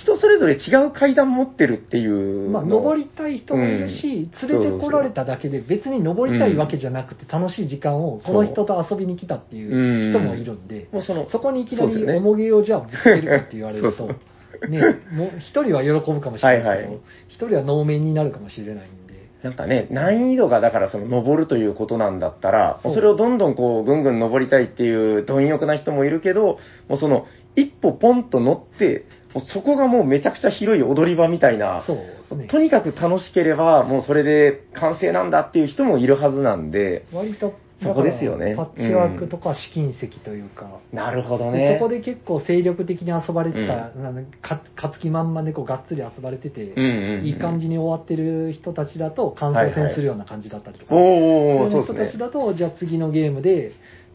Speaker 1: 人それぞれ違う階段持ってるっていうの。
Speaker 2: まあ、登りたい人もいるし、
Speaker 1: うん
Speaker 2: 連れてこられただけで、別に登りたいわけじゃなくて、楽しい時間をこの人と遊びに来たっていう人もいるんで、
Speaker 1: もうその、
Speaker 2: そこにいきな
Speaker 1: そう
Speaker 2: り
Speaker 1: ですね
Speaker 2: 重げをじゃあぶつけるかって言われる
Speaker 1: そ
Speaker 2: と
Speaker 1: うそ、
Speaker 2: ね、もう一人は喜ぶかもしれない
Speaker 1: はい
Speaker 2: け
Speaker 1: はい
Speaker 2: ど、一人は能面になるかもしれないんで、
Speaker 1: なんかね、難易度がだからその登るということなんだったら、
Speaker 2: そう
Speaker 1: それをどんどんこう、ぐんぐん登りたいっていう貪欲な人もいるけど、もうその、一歩ポンと乗って、もうそこがもうめちゃくちゃ広い踊り場みたいな、
Speaker 2: そうですね
Speaker 1: と。にかく楽しければ、もうそれで完成なんだっていう人もいるはずなんで、
Speaker 2: 割と、
Speaker 1: そこですよね
Speaker 2: パッチワークとか試金石というか、
Speaker 1: なるほど
Speaker 2: で
Speaker 1: ね。
Speaker 2: そこで結構精力的に遊ばれてた、あのか勝つ気満々でこうがっつり遊ばれてて、
Speaker 1: うんうんうん
Speaker 2: いい感じに終わってる人たちだと感想戦するような感じだったりとか、
Speaker 1: おーおーおー
Speaker 2: そういう
Speaker 1: そ
Speaker 2: 人
Speaker 1: うで
Speaker 2: た
Speaker 1: す
Speaker 2: ち
Speaker 1: ね。
Speaker 2: だと、じゃあ次のゲームで、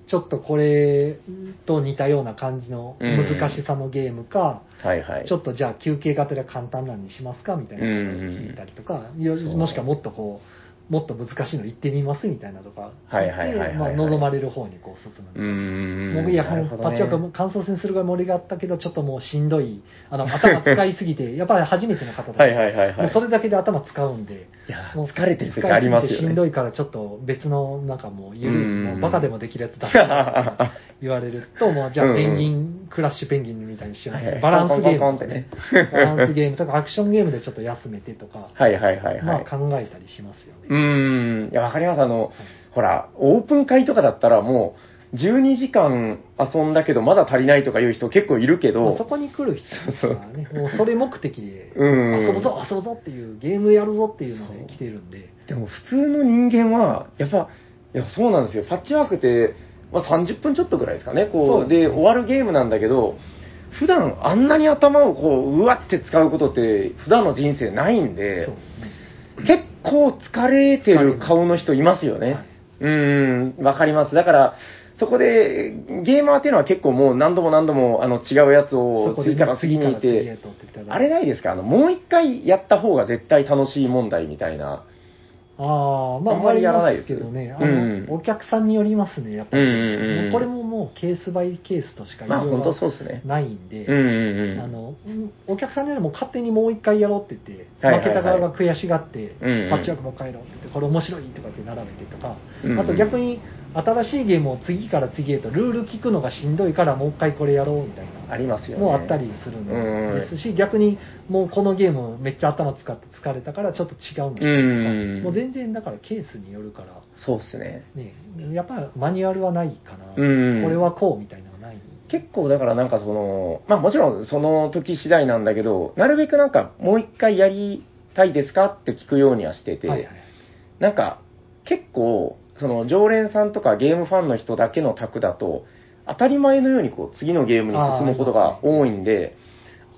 Speaker 2: ちょっとこれと似たような感じの難しさのゲームか、
Speaker 1: はいはい。
Speaker 2: ちょっとじゃあ休憩がてら簡単なのにしますかみたいなことを聞いたりとか、よ
Speaker 1: そう
Speaker 2: もしくはもっとこう、もっと難しいの行ってみますみたいなとか、
Speaker 1: はいはいはいはいはい
Speaker 2: まあ望まれる方にこう進む。
Speaker 1: うーん。
Speaker 2: もういや、
Speaker 1: なる
Speaker 2: も
Speaker 1: ほ
Speaker 2: う
Speaker 1: ど
Speaker 2: パッチワーク
Speaker 1: ね
Speaker 2: も感想戦するぐらい盛りがあったけど、ちょっともうしんどい、あの、頭使いすぎて、やっぱり初めての方だと、
Speaker 1: はいはいはいは
Speaker 2: も
Speaker 1: い。
Speaker 2: うそれだけで頭使うんで、
Speaker 1: いや、
Speaker 2: もう
Speaker 1: 疲れてる時あります
Speaker 2: 疲れす
Speaker 1: よ
Speaker 2: ぎてしん
Speaker 1: ね。
Speaker 2: どいからちょっと別のなんかもう緩い、
Speaker 1: うん
Speaker 2: もうバカでもできるやつだって 言われると、もうじゃ
Speaker 1: うん
Speaker 2: あペンギン、クラッシュペンギンみたいにしようみた
Speaker 1: は
Speaker 2: いな
Speaker 1: い
Speaker 2: バランスゲーム
Speaker 1: コンコンコンコンってね
Speaker 2: バランスゲームとかアクションゲームでちょっと休めてとか、
Speaker 1: はいはいはいはい。
Speaker 2: まあ考えたりしますよね。
Speaker 1: うーん、いや、わかります。あの、ほら、オープン会とかだったらもう、 12時間遊んだけどまだ足りないとかいう人結構いるけ
Speaker 2: まあそ
Speaker 1: ど、
Speaker 2: こに来る人はね、もうそれ目的で、
Speaker 1: うん
Speaker 2: 遊ぶぞ、遊ぶぞっていう、ゲームやるぞっていうので来てるんで、
Speaker 1: でも普通の人間は、やっぱ、いや、そうなんですよ。パッチワークって、まあ、30分ちょっとぐらいですかね、こ
Speaker 2: そう
Speaker 1: う、
Speaker 2: で
Speaker 1: で、
Speaker 2: すね
Speaker 1: 終わるゲームなんだけど、普段あんなに頭をこう、うわって使うことって、普段の人生ないんで
Speaker 2: そう、ですね。
Speaker 1: 結構疲れてる顔の人いますよね。
Speaker 2: はい
Speaker 1: うん、わかります。だから、そこで、ゲーマーっていうのは結構もう何度も何度もあの違うやつ
Speaker 2: そ
Speaker 1: を
Speaker 2: こで
Speaker 1: 次から次にい
Speaker 2: 次へ
Speaker 1: て、
Speaker 2: とってきたら
Speaker 1: あれないですかあの、もう一回やった方が絶対楽しい問題みたいな。
Speaker 2: ああ、まあ、
Speaker 1: あんまりやらないです
Speaker 2: ありますけどね、あ
Speaker 1: う
Speaker 2: の、
Speaker 1: んうん
Speaker 2: お客さんによりますね、やっぱり。
Speaker 1: うんうんうん
Speaker 2: もうこれももうケースバイケースとしか
Speaker 1: まあ
Speaker 2: 言いよ
Speaker 1: 本
Speaker 2: う
Speaker 1: 当
Speaker 2: が
Speaker 1: そうですね。
Speaker 2: ないんで、
Speaker 1: うんうんうん。
Speaker 2: あのうんお客さんでも勝手にもう一回やろうって言って、
Speaker 1: はいはいはい
Speaker 2: 負けた側が悔しがって、
Speaker 1: うんうん
Speaker 2: パッチワークもう一回やろうって言って、これ面白いとかって並べてとか、
Speaker 1: うんうん
Speaker 2: あと逆に新しいゲームを次から次へとルール聞くのがしんどいからもう一回これやろうみたいな。
Speaker 1: ありますよね。
Speaker 2: もうあったりするん
Speaker 1: うん
Speaker 2: ですし、逆にもうこのゲームめっちゃ頭使って疲れたからちょっと違うんです
Speaker 1: う
Speaker 2: よ
Speaker 1: ん。
Speaker 2: もう全然だからケースによるから、
Speaker 1: そうですね。
Speaker 2: ね、やっぱマニュアルはないかな、
Speaker 1: うん
Speaker 2: これはこうみたいなのはない。
Speaker 1: 結構だからなんかその、まあもちろんその時次第なんだけど、なるべくなんかもう一回やりたいですかって聞くようにはしてて、
Speaker 2: はいはい
Speaker 1: なんか結構その常連さんとかゲームファンの人だけの卓だと、当たり前のようにこう次のゲームに進むことが多いんで、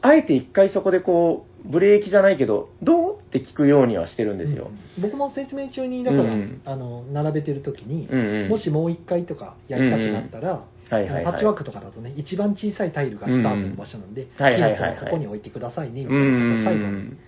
Speaker 1: あえて一回そこでこう、ブレーキじゃないけど、どうって聞くようにはしてるんですよ。
Speaker 2: うん僕も説明中にだから、
Speaker 1: うん
Speaker 2: あの並べてる時に、
Speaker 1: うんうん。
Speaker 2: もしもう一回とかやりたくなったら、
Speaker 1: はいはいはい
Speaker 2: あのパッチワークとかだとね一番小さいタイルがスタートの場所なんで、
Speaker 1: んはいはいはい
Speaker 2: キーのここに置いてくださいねみ
Speaker 1: う
Speaker 2: たい
Speaker 1: ん
Speaker 2: なことを
Speaker 1: う
Speaker 2: 最後に
Speaker 1: ん。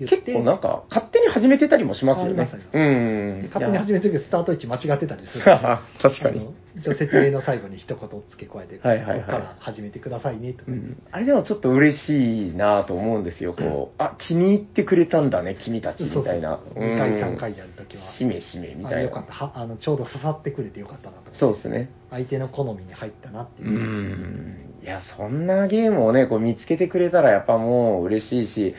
Speaker 2: 言って
Speaker 1: 結構なんか、勝手に始めてたりもしますよ
Speaker 2: あり
Speaker 1: ね
Speaker 2: ますあり。ます
Speaker 1: うん。
Speaker 2: 勝手に始めてるけどスタート位置間違ってたりす る
Speaker 1: 確か
Speaker 2: あ
Speaker 1: に
Speaker 2: の。一応説明の最後に一言付け加えて、
Speaker 1: はいはいはい
Speaker 2: ここから始めてくださいねと
Speaker 1: う
Speaker 2: か、
Speaker 1: んあれでもちょっと嬉しいなと思うんですよ。こう、あ、気に入ってくれたんだね、君たち、みたいな。
Speaker 2: 2回3回やるときは、
Speaker 1: しめしめ、み
Speaker 2: あ
Speaker 1: たい
Speaker 2: よかっ
Speaker 1: な。
Speaker 2: たはあのちょうど刺さってくれてよかったなと
Speaker 1: そうですね。
Speaker 2: 相手の好みに入ったなって
Speaker 1: う
Speaker 2: いう、
Speaker 1: ん。いや、そんなゲームをね、こう見つけてくれたらやっぱもう嬉しいし、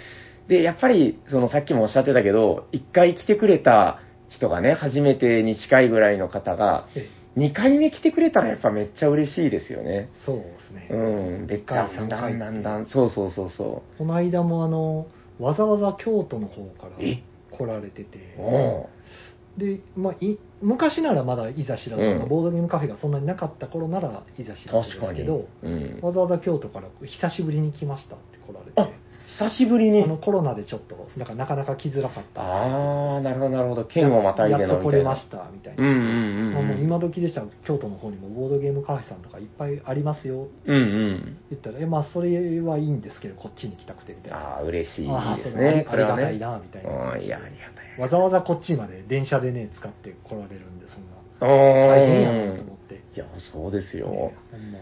Speaker 1: で、やっぱり、そのさっきもおっしゃってたけど、一回来てくれた人がね、初めてに近いぐらいの方が、
Speaker 2: ええ
Speaker 1: 2回目来てくれたらやっぱめっちゃ嬉しいですよね。
Speaker 2: そうですね、
Speaker 1: うん、でっかい。だんだんだんだん、そうそうそうそ
Speaker 2: この間もあのわざわざ京都の方から
Speaker 1: え
Speaker 2: 来られてて
Speaker 1: う。お
Speaker 2: で、まあ、い昔ならまだいざ知らず、
Speaker 1: うん
Speaker 2: ボードゲームカフェがそんなになかった頃ならいざ知らず
Speaker 1: 確
Speaker 2: で
Speaker 1: か
Speaker 2: す
Speaker 1: に。
Speaker 2: けど
Speaker 1: うん。
Speaker 2: わざわざ京都から久しぶりに来ましたって来られて
Speaker 1: あ久しぶり
Speaker 2: あの
Speaker 1: に。
Speaker 2: コロナでちょっとだからなかなか来づらかった
Speaker 1: ああ、なるほど、なるほど。剣をまたいで
Speaker 2: や
Speaker 1: の
Speaker 2: っと
Speaker 1: み
Speaker 2: 来
Speaker 1: た
Speaker 2: れ
Speaker 1: い
Speaker 2: ま
Speaker 1: な
Speaker 2: し。たみたい
Speaker 1: うん
Speaker 2: な、
Speaker 1: うんうん
Speaker 2: まあ、
Speaker 1: う。
Speaker 2: もうん今時でしたら京都の方にもボードゲームカフェさんとかいっぱいありますよって
Speaker 1: うんうん。
Speaker 2: 言ったらえまあそれはいいんですけどこっちに来たくてみたいな
Speaker 1: ああ、嬉しい
Speaker 2: ああ
Speaker 1: です
Speaker 2: それは
Speaker 1: ね。
Speaker 2: あ
Speaker 1: これ
Speaker 2: りあ
Speaker 1: は
Speaker 2: りがたい
Speaker 1: ね。
Speaker 2: なみたいな
Speaker 1: うん、いや、ありがたい。
Speaker 2: わざわざこっちまで電車でね使って来られるんでそんな
Speaker 1: お
Speaker 2: 大変やなと
Speaker 1: ー
Speaker 2: 思って、
Speaker 1: いや、そうですよ
Speaker 2: ね。ほんま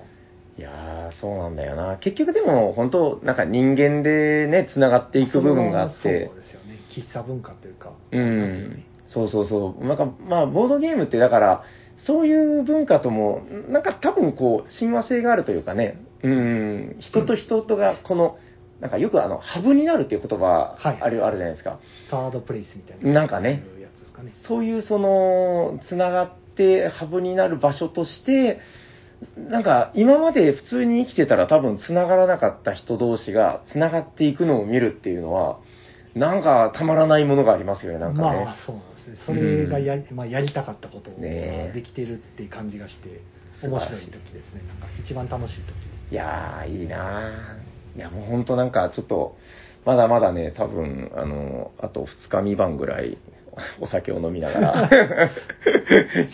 Speaker 1: いやーそうなんだよな。結局でも、本当なんか人間でね、繋がっていく部分があっ
Speaker 2: それは
Speaker 1: て。
Speaker 2: そうですよね喫茶文化というか
Speaker 1: うん、そうそうそう。なんか、まあ、ボードゲームってだから、そういう文化とも、なんか多分こう、親和性があるというかね、うん、人と人とが、この、なんかよくあの、ハブになるっていう言葉、
Speaker 2: はい
Speaker 1: ある、あるじゃないですか。
Speaker 2: サードプレイスみたいな
Speaker 1: なんかね、
Speaker 2: そういうやつですかね
Speaker 1: そういうその、つながって、ハブになる場所として、なんか、今まで普通に生きてたら多分つながらなかった人同士が、つながっていくのを見るっていうのは、なんか、たまらないものがありますよね、なんかね。
Speaker 2: まあそうなんですねそれがや,、まあ、やりたかったことができてるっていう感じがして
Speaker 1: 素晴
Speaker 2: 面
Speaker 1: らしい
Speaker 2: 白い時ですねなんか一番楽しい時
Speaker 1: いやー、いいなー。いや、もうほんとなんか、ちょっと、まだまだね、多分、あの、あと2日、3晩ぐらい、 お酒を飲みながら、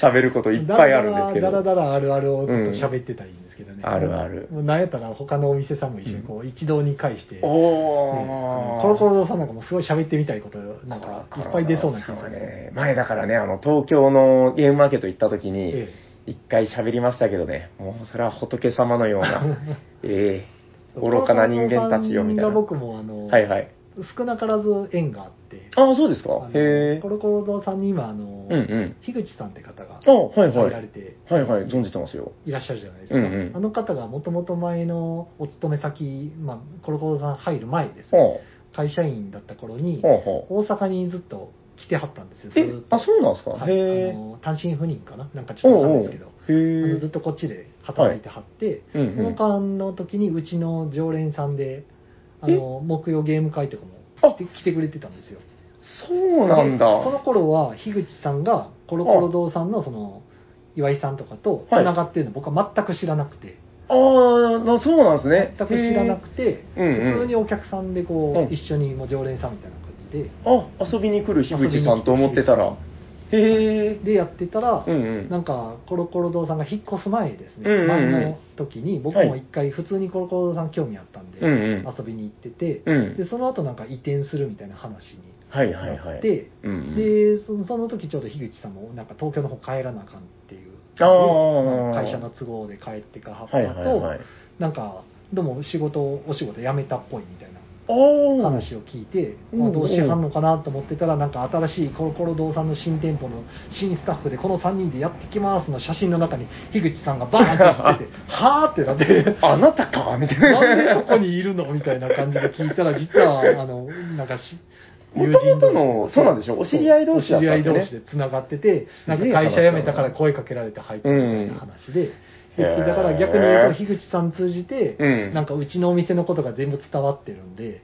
Speaker 1: 喋ることいっぱいあるんですけ
Speaker 2: だ
Speaker 1: ど。
Speaker 2: らだらだらあるあるをずっと喋ってたらいいんですけどね、
Speaker 1: うんあるある
Speaker 2: もうなんやったら他のお店さんも一緒にこう一堂に会して、ね
Speaker 1: おー。
Speaker 2: コロコロ堂さんなんかもすごい喋ってみたいことなんかいっぱい出そうな気がす
Speaker 1: そう
Speaker 2: る
Speaker 1: ね。前だからね、あの、東京のゲームマーケット行った時に、
Speaker 2: え
Speaker 1: 一回喋りましたけどね、もうそれは仏様のような、 ええ
Speaker 2: え
Speaker 1: 愚かな人間たちよ、みたい
Speaker 2: コロコロ堂
Speaker 1: な。
Speaker 2: さんが僕もあの、
Speaker 1: はいはい。
Speaker 2: 少なからず縁があって、
Speaker 1: ああ、そうですか
Speaker 2: あの。
Speaker 1: へえ
Speaker 2: コ。ロコロ堂さんに今あの、
Speaker 1: うんうん。
Speaker 2: 樋口さんって方が
Speaker 1: あはい
Speaker 2: 入
Speaker 1: は
Speaker 2: ら
Speaker 1: い
Speaker 2: れ。て
Speaker 1: はいはい、存じてますよ。
Speaker 2: いらっしゃるじゃないですか、
Speaker 1: うんうん
Speaker 2: あの方がもともと前のお勤め先、まあ、コロコロさん入る前ですね、
Speaker 1: は
Speaker 2: 会社員だった頃に
Speaker 1: あ、はあは
Speaker 2: 大阪にずっと来てはったんですよ、ず
Speaker 1: え
Speaker 2: ーっ、と。
Speaker 1: あ、そうなんですか、
Speaker 2: はい、
Speaker 1: へ
Speaker 2: あ
Speaker 1: え。
Speaker 2: の単身赴任かななんかちょっと
Speaker 1: お
Speaker 2: わかん
Speaker 1: うお
Speaker 2: ないで
Speaker 1: う
Speaker 2: すけど、
Speaker 1: へ
Speaker 2: あのず
Speaker 1: え
Speaker 2: っ。とこっちで働いてはって、
Speaker 1: はいうんうん
Speaker 2: その間の時にうちの常連さんで、あの木曜ゲーム会とかも来て来てくれてたんですよ。
Speaker 1: そうなんだ。
Speaker 2: でその頃は、樋口さんがコロコロ堂さんのその岩井さんとかとつながってるの、僕は全く知らなくて、
Speaker 1: ああ、なそうなんですね。
Speaker 2: 全く知らなくて、
Speaker 1: へーうんうん
Speaker 2: 普通にお客さんでこ
Speaker 1: うん
Speaker 2: う一緒にもう常連さんみたいな感じで、
Speaker 1: あ、遊びに来る樋口さんと思ってたら。へえ。
Speaker 2: でやってたら、
Speaker 1: うんうん。
Speaker 2: なんかコロコロ堂さんが引っ越す前ですね、
Speaker 1: うんうんうん
Speaker 2: 前の時に僕も一回普通にコロコロ堂さん興味あったんで、
Speaker 1: うんうん。
Speaker 2: 遊びに行ってて、
Speaker 1: うん
Speaker 2: でその後なんか移転するみたいな話に
Speaker 1: はいは
Speaker 2: ないって、
Speaker 1: はい。うんうん、
Speaker 2: でそのその時ちょうど樋口さんもなんか東京の方帰らなあかんっていう
Speaker 1: あー
Speaker 2: 会社の都合で帰ってからはった
Speaker 1: は
Speaker 2: 後、
Speaker 1: いはいはい。
Speaker 2: なんかどうも仕事お仕事辞めたっぽいみたいな
Speaker 1: ああ。
Speaker 2: 話を聞いて、
Speaker 1: うん
Speaker 2: まあ、どうしはんのかなと思ってたら、なんか新しいコロコロ堂さんの新店舗の新スタッフで、この3人でやってきますの写真の中に、樋口さんがバーン って来てて、はーってなって、
Speaker 1: あなたかみたいな。
Speaker 2: なんでそこにいるのみたいな感じで聞いたら、実は、あの、なんかし、
Speaker 1: 元々の
Speaker 2: 友人同士
Speaker 1: そうなんでしょお知り合い同士だ
Speaker 2: お
Speaker 1: ったん
Speaker 2: 知り
Speaker 1: だ
Speaker 2: 合
Speaker 1: ね
Speaker 2: い同士でつながってて、なんか会社辞めたから声かけられて入ったみたいな話で、
Speaker 1: うん
Speaker 2: でだから逆に言うと、樋口さん通じて、
Speaker 1: うん
Speaker 2: なんかうちのお店のことが全部伝わってるん で、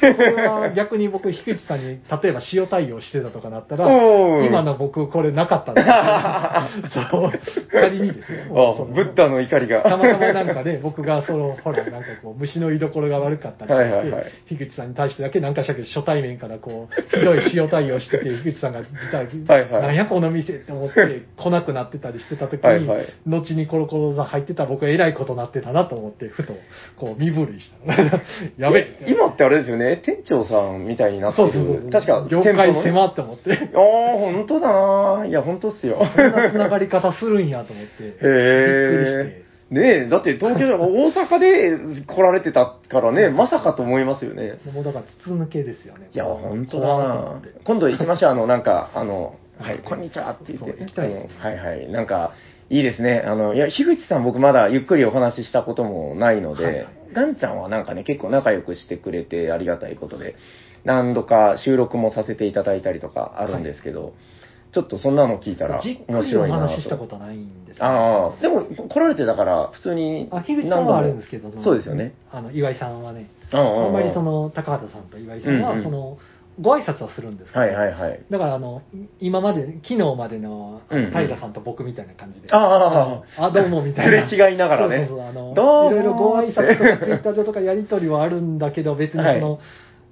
Speaker 2: これは逆に僕、樋口さんに例えば塩対応してたとかなったら、
Speaker 1: おー
Speaker 2: 今の僕、これなかったんだ そう、仮にですね。
Speaker 1: あ
Speaker 2: その
Speaker 1: ブッダの怒りが。
Speaker 2: たまたまなんかね、僕がその、ほら、なんかこう、虫の居所が悪かったりとかして、
Speaker 1: はいはいはい
Speaker 2: 樋口さんに対してだけなんかしたけど、初対面からこう、ひどい塩対応してて、樋口さんが自体、
Speaker 1: はいはい
Speaker 2: なんやこの店って思って来なくなってたりしてた時に、
Speaker 1: はいはい
Speaker 2: 後にコロコロさん入ってたら僕は偉いことなってたなと思って、ふと、こう、身震いした。 やべえ
Speaker 1: え今ってあれですよね、店長さんみたいになって
Speaker 2: そう
Speaker 1: る。
Speaker 2: そうそう。
Speaker 1: 確か、
Speaker 2: 業
Speaker 1: 店舗の
Speaker 2: 界狭って思って。
Speaker 1: ああ、本当だな。いや、本当っす よ。
Speaker 2: そんな繋がり方するんやと思って、びっくりして
Speaker 1: へえ。。ねえ、だって東京じゃなくて大阪で来られてたからね、まさかと思いますよね。
Speaker 2: もうだから筒抜けですよね。
Speaker 1: いや、本当だ
Speaker 2: 怖いと思っ
Speaker 1: な
Speaker 2: て。
Speaker 1: 今度行きましょう、あの、なんか、あの、はい、
Speaker 2: はい
Speaker 1: こんにちはって言って
Speaker 2: そう行きたいですね
Speaker 1: あのはいはい、なんか、いいですね。あの、いや、樋口さん僕まだゆっくりお話ししたこともないので、
Speaker 2: はいはい
Speaker 1: ガンちゃんはなんかね、結構仲良くしてくれてありがたいことで、何度か収録もさせていただいたりとかあるんですけど、ちょっとそんなの聞いたら
Speaker 2: じっく
Speaker 1: 面
Speaker 2: りお
Speaker 1: 白いな。
Speaker 2: 話ししたこととないんですよ
Speaker 1: ああ、でも来られてたから、普通に
Speaker 2: あ樋口さんはあるんですすけど、その
Speaker 1: そうですよね。
Speaker 2: あの岩井さんはね、
Speaker 1: ああ
Speaker 2: あんまりそ
Speaker 1: の、
Speaker 2: の高畑さんと岩井さん
Speaker 1: うんう
Speaker 2: は、
Speaker 1: ん
Speaker 2: そのご挨拶はするんですけど
Speaker 1: はいはいはい。
Speaker 2: だからあのい今まで、昨日までのあ
Speaker 1: うんう
Speaker 2: の
Speaker 1: ん
Speaker 2: 平さんと僕みたいな感じで、
Speaker 1: ああ
Speaker 2: あどうもみたい
Speaker 1: す
Speaker 2: な。
Speaker 1: れ違いながらね。
Speaker 2: そうそうそうあの
Speaker 1: どうも
Speaker 2: いろいろご挨拶とかツイッター上とかやり取りはあるんだけど、別にその、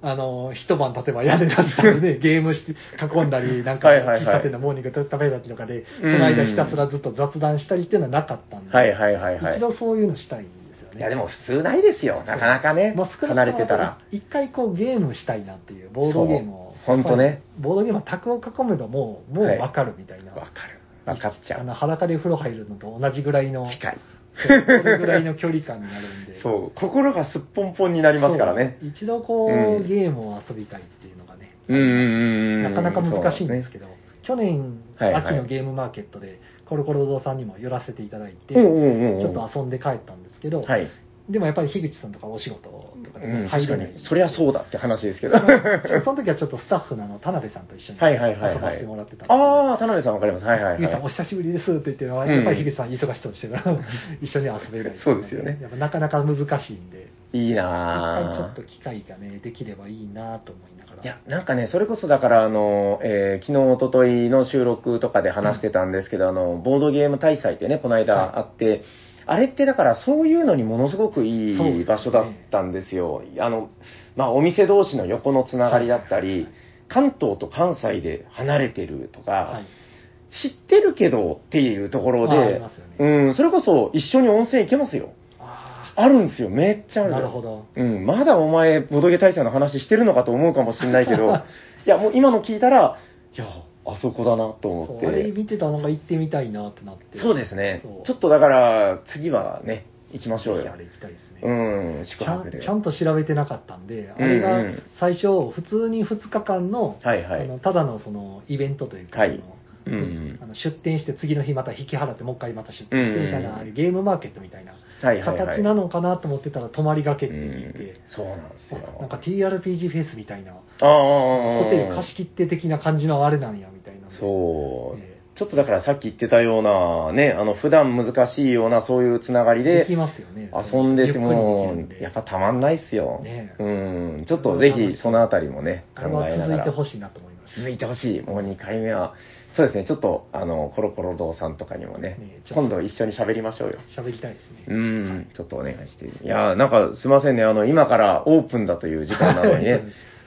Speaker 2: あの、一晩経てば屋根出した りね、ゲームして、囲んだり、なんか、
Speaker 1: はいはいはい
Speaker 2: 喫茶店のモーニング食べたりとかで、そ
Speaker 1: うん
Speaker 2: の間ひたすらずっと雑談したりっていうのはなかったんで、
Speaker 1: はいはいはいはい。
Speaker 2: 一度そういうのしたいんですよね。
Speaker 1: いやでも普通ないですよ、なかなかね、
Speaker 2: まあ少な
Speaker 1: 離れ
Speaker 2: くとも
Speaker 1: てたら。
Speaker 2: 一回こうゲームしたいなっていう、ボードゲームを。
Speaker 1: そうほんとね
Speaker 2: やっぱり。ボードゲームは卓を囲むのも、もうわかるみたいな。
Speaker 1: わかる。わかっちゃ
Speaker 2: あ
Speaker 1: う。
Speaker 2: の裸で風呂入るのと同じぐらいの。
Speaker 1: 近い。
Speaker 2: そうそれぐらいの距離感になるんで。う。
Speaker 1: そう、心がすっぽんぽんになりますからね。
Speaker 2: 一度こ
Speaker 1: う
Speaker 2: う、
Speaker 1: ん
Speaker 2: ゲームを遊びたいっていうのがね、
Speaker 1: うんうんうんうん。
Speaker 2: なかなか難しいんです
Speaker 1: け
Speaker 2: けど、去年、
Speaker 1: はいはい
Speaker 2: 秋のゲームマーケットで、コロコロ堂さんにも寄らせていただいて、
Speaker 1: うんうんうんうん。
Speaker 2: ちょっと遊んで帰ったんですけど、
Speaker 1: はい。
Speaker 2: でもやっぱり樋口さんとかお仕事とかで
Speaker 1: う
Speaker 2: ね
Speaker 1: ん、
Speaker 2: 入
Speaker 1: 確
Speaker 2: れ
Speaker 1: か
Speaker 2: ない、
Speaker 1: に。そりゃそうだって話ですけ ど。
Speaker 2: ま
Speaker 1: は
Speaker 2: あちょその時はちょっとスタッフのあの田辺さんと一緒に
Speaker 1: いはいはい
Speaker 2: 遊ば
Speaker 1: は
Speaker 2: せて
Speaker 1: い
Speaker 2: もらってた。んで
Speaker 1: ああ、田辺さんわかります。はいはい
Speaker 2: 樋口さん、お
Speaker 1: はい。
Speaker 2: 久しぶりですって言って、や
Speaker 1: ん
Speaker 2: っぱり樋口さん、忙しそうにしてる から、一緒には遊べない、
Speaker 1: そうですよね
Speaker 2: やっぱなかなか難しいんで、
Speaker 1: いい
Speaker 2: 一回ち
Speaker 1: な
Speaker 2: ょっ
Speaker 1: あ
Speaker 2: と機会がね、できればいいなと思いながら。
Speaker 1: いや、なんかね、それこそだから、あの、えー昨日、一昨日の収録とかで話してたんですけど、あの、ボードゲーム大祭ってね、この
Speaker 2: はい
Speaker 1: 間あって、あれってだから、そういうのにものすごくい
Speaker 2: そうですね
Speaker 1: い場所だったんですよ。あの、まあ、お店同士の横のつながりだったり、
Speaker 2: はいはいはい
Speaker 1: 関東と関西で離れてるとか、
Speaker 2: はい、
Speaker 1: 知ってるけどっていうところ
Speaker 2: ああり
Speaker 1: で、
Speaker 2: ますよね
Speaker 1: うん、それこそ一緒に温泉行けますよ。
Speaker 2: あ
Speaker 1: あるんですよ、めっちゃあ
Speaker 2: あ、
Speaker 1: るんですよ
Speaker 2: なるほど。
Speaker 1: うん、まだお前、ボドゲ大佐の話してるのかと思うかもしれないけ ど、いや、もう今の聞いたら、いや、あそこだなと思っ
Speaker 2: そうあれ
Speaker 1: て。
Speaker 2: 見てたのが行ってみたいなってなって。
Speaker 1: そうですね
Speaker 2: そう。
Speaker 1: ちょっとだから、次はね、行きましょう
Speaker 2: ぜひあ
Speaker 1: よ。
Speaker 2: れ行きたいですね。
Speaker 1: うん、宿
Speaker 2: ちゃん
Speaker 1: 泊で。
Speaker 2: ちゃんと調べてなかったんで、あ
Speaker 1: うんうん
Speaker 2: れが最初、普通に2日間の、
Speaker 1: はいは
Speaker 2: あ
Speaker 1: い。
Speaker 2: のただのそのイベントというか、
Speaker 1: はい
Speaker 2: あの
Speaker 1: うんうん
Speaker 2: あの出店して次の日また引き払ってもう一回また出店してみたいな、
Speaker 1: うんうんうん
Speaker 2: ああいうゲームマーケットみたいな
Speaker 1: はいはいはい。
Speaker 2: 形なのかなと思ってたら泊まりがけって言って、
Speaker 1: うんそうなんですよ。
Speaker 2: なんか TRPG フェスみたいな、
Speaker 1: ああ
Speaker 2: ホテル貸し切って的な感じのあれなんやみたいな
Speaker 1: そう、
Speaker 2: え
Speaker 1: ちょっとだからさっき言ってたような、ね、あの、普段難しいようなそういうつながり
Speaker 2: で
Speaker 1: で
Speaker 2: き、ますよね
Speaker 1: 遊んでても
Speaker 2: ゆっくりできるん、で
Speaker 1: やっぱたまんないっすよ。
Speaker 2: ね
Speaker 1: うん。ちょっとぜひ、そのあたりもね、
Speaker 2: あ
Speaker 1: 考
Speaker 2: れ
Speaker 1: えな
Speaker 2: は続
Speaker 1: が
Speaker 2: いて
Speaker 1: ら。
Speaker 2: ほしいなと思いました
Speaker 1: 続いてほしい。もう2回目は。そうですね、ちょっと、あの、コロコロ堂さんとかにもね、
Speaker 2: ねちょっと
Speaker 1: 今度一緒に喋りましょうよ。
Speaker 2: 喋りたいですね、
Speaker 1: うん、ちょっとお願いして。いやーなんかすいませんね、あの、今からオープンだという時間なのにね、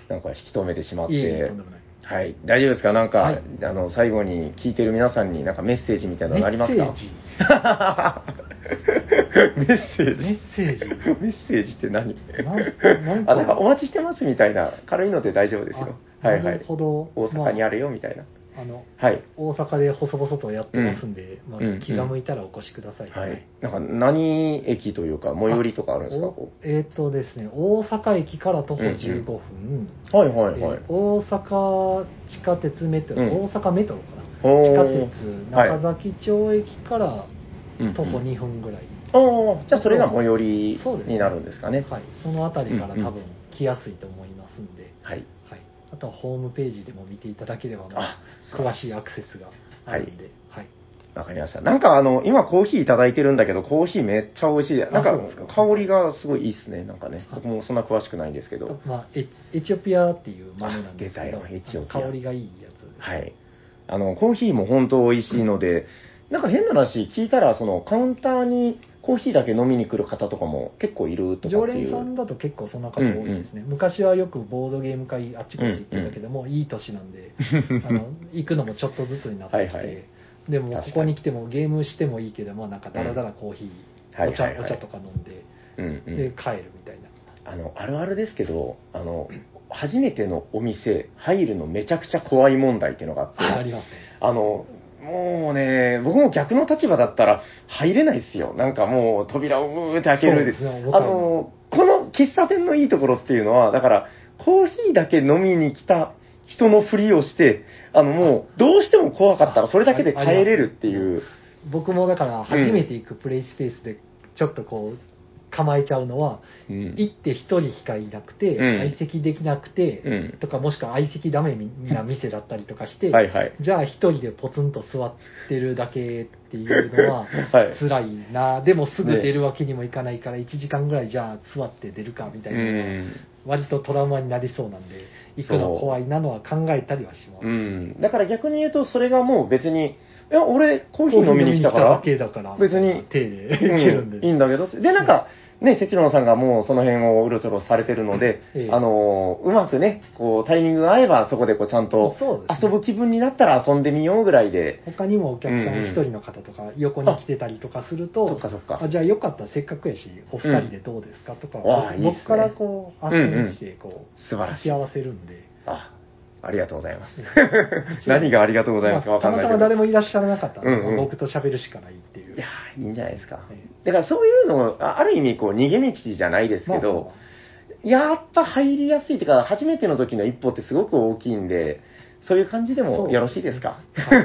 Speaker 1: なんか引き止めてしまっ
Speaker 2: いえいえ
Speaker 1: て
Speaker 2: とん。でもない
Speaker 1: はい、大丈夫ですかなんか、
Speaker 2: はい
Speaker 1: あの、最後に聞いてる皆さんになんかメッセージみたいなのありますか メッセージ
Speaker 2: メッセージメッセージ
Speaker 1: メッセージって何
Speaker 2: なんな ん
Speaker 1: あ、なんかお待ちしてますみたいな、軽いので大丈夫ですよ。
Speaker 2: あ
Speaker 1: はいは
Speaker 2: ないる。ほど
Speaker 1: 大阪にあ
Speaker 2: る、
Speaker 1: るよみたいな。
Speaker 2: まあ、あの
Speaker 1: はい。
Speaker 2: 大阪で細々とやってますんで、ま
Speaker 1: うん
Speaker 2: あ、気が向いたらお越しください、
Speaker 1: はい。なんか何駅というか、最寄りとかあるんですかこ
Speaker 2: おえっ、とですね大阪駅から徒歩15分、
Speaker 1: うはいはいはい
Speaker 2: え。ー大阪地下鉄メトロ、
Speaker 1: うん
Speaker 2: 大阪メトロかな
Speaker 1: おー
Speaker 2: 地下鉄中崎町駅から
Speaker 1: うんうん
Speaker 2: 徒歩2分ぐらい、
Speaker 1: おーじゃあそれが最寄りになるんですかね。
Speaker 2: はい、その辺りから
Speaker 1: うんうん
Speaker 2: 多分来やすいと思いますんで、
Speaker 1: はい。
Speaker 2: はい、あとはホームページでも見ていただければ、まあ
Speaker 1: あ、
Speaker 2: 詳しいアクセスがあるんで、はい
Speaker 1: わかりました。なんかあの、今コーヒーいただいてるんだけど、コーヒーめっちゃ美味しい。なん
Speaker 2: そうです
Speaker 1: か
Speaker 2: か
Speaker 1: 香りがすごいいいっすね。なんかね。
Speaker 2: はい
Speaker 1: 僕もそんな詳しくないんですけど。
Speaker 2: まあ、エエチオピアっていう豆なんですけど
Speaker 1: あ出たよエチオピア
Speaker 2: 香りがいいやつです、
Speaker 1: はい。あの、コーヒーも本当美味しいので、なんか変な話聞いたら、そのカウンターにコーヒーだけ飲みに来る方とかも結構いるとか
Speaker 2: 常
Speaker 1: ってい
Speaker 2: 連さん
Speaker 1: う。
Speaker 2: だと結構そんな方多いですね、昔はよくボードゲーム会あっちこっち行ってたけども、いい年なんであの行くのもちょっとずつになってきて、
Speaker 1: はいはい
Speaker 2: でも
Speaker 1: 確か
Speaker 2: こ
Speaker 1: に
Speaker 2: こに来てもゲームしてもいいけどもなんかだらだらコーヒー、
Speaker 1: はい
Speaker 2: お茶、
Speaker 1: はいはい
Speaker 2: お茶とか飲んで、
Speaker 1: うんうん
Speaker 2: で帰るみたいな
Speaker 1: あの、あるあるですけど、あの、初めてのお店入るのめちゃくちゃ怖い問題っていうのがあって。
Speaker 2: ありますね
Speaker 1: あの、もうね、僕も逆の立場だったら入れないですよ。なんかもう扉をブーって開け
Speaker 2: そう
Speaker 1: る
Speaker 2: ですね
Speaker 1: あの、この喫茶店のいいところっていうのは、だから、コーヒーだけ飲みに来た人のふりをして、あのもう、どうしても怖かったらそれだけで帰れるっていう。
Speaker 2: 僕もだから初めて行くプレイスペースでちょっとこう構えちゃうのは、
Speaker 1: うん
Speaker 2: 行って一人しかいなくて、
Speaker 1: うん
Speaker 2: 相席できなくて、
Speaker 1: うん
Speaker 2: とかもしくは相席ダメな店だったりとかして、
Speaker 1: はいはい。
Speaker 2: じゃあ一人でポツンと座ってるだけっていうのは
Speaker 1: はい
Speaker 2: 辛いな、でもすぐ出るわけにもいかないから1時間ぐらいじゃあ座って出るかみた
Speaker 1: う
Speaker 2: いなのは
Speaker 1: ん
Speaker 2: 割とトラウマになりそうなんで行くの怖いなのは考えたりはします、
Speaker 1: うん。だから逆に言うと、それがもう別に、いや、俺、コーヒー飲みに来たか
Speaker 2: だ
Speaker 1: ら、
Speaker 2: けだから
Speaker 1: 別に
Speaker 2: 手でいけるんで、
Speaker 1: うんいいんだけどってで、なんか、ね、哲郎さんがもうその辺をうろちょろされてるので、
Speaker 2: ええ
Speaker 1: あのーうまくね、こう、タイミングが合えば、そこでこう、ちゃんと
Speaker 2: そうです
Speaker 1: 遊
Speaker 2: ね
Speaker 1: ぶ気分になったら遊んでみようぐらいで、
Speaker 2: 他にもお客さん一人の方とか横に来てたりとかすると、
Speaker 1: そっかそっか。
Speaker 2: あじゃあよかったらせっかくやしお二人でどうですかとか、
Speaker 1: うんわあいいっすね
Speaker 2: 僕からこうあっしてこう、
Speaker 1: 素晴らしい
Speaker 2: 幸。せるんで
Speaker 1: あ、ありがとうございます。
Speaker 2: ちら
Speaker 1: 何がありがとうございますかわかんない
Speaker 2: まあ
Speaker 1: け
Speaker 2: たま
Speaker 1: ど。
Speaker 2: たま誰もいらっしゃらなかったんで、
Speaker 1: うんうん
Speaker 2: まあ僕と喋るしかないっていう。
Speaker 1: いやーいいんじゃないですか
Speaker 2: え。
Speaker 1: だからそういうのを、あある意味、こう、逃げ道じゃないです
Speaker 2: ま
Speaker 1: け
Speaker 2: あまあ
Speaker 1: ど、やっぱ入りやすいっていうか、初めての時の一歩ってすごく大きいんで、そういう感じでもよろしいですか
Speaker 2: はい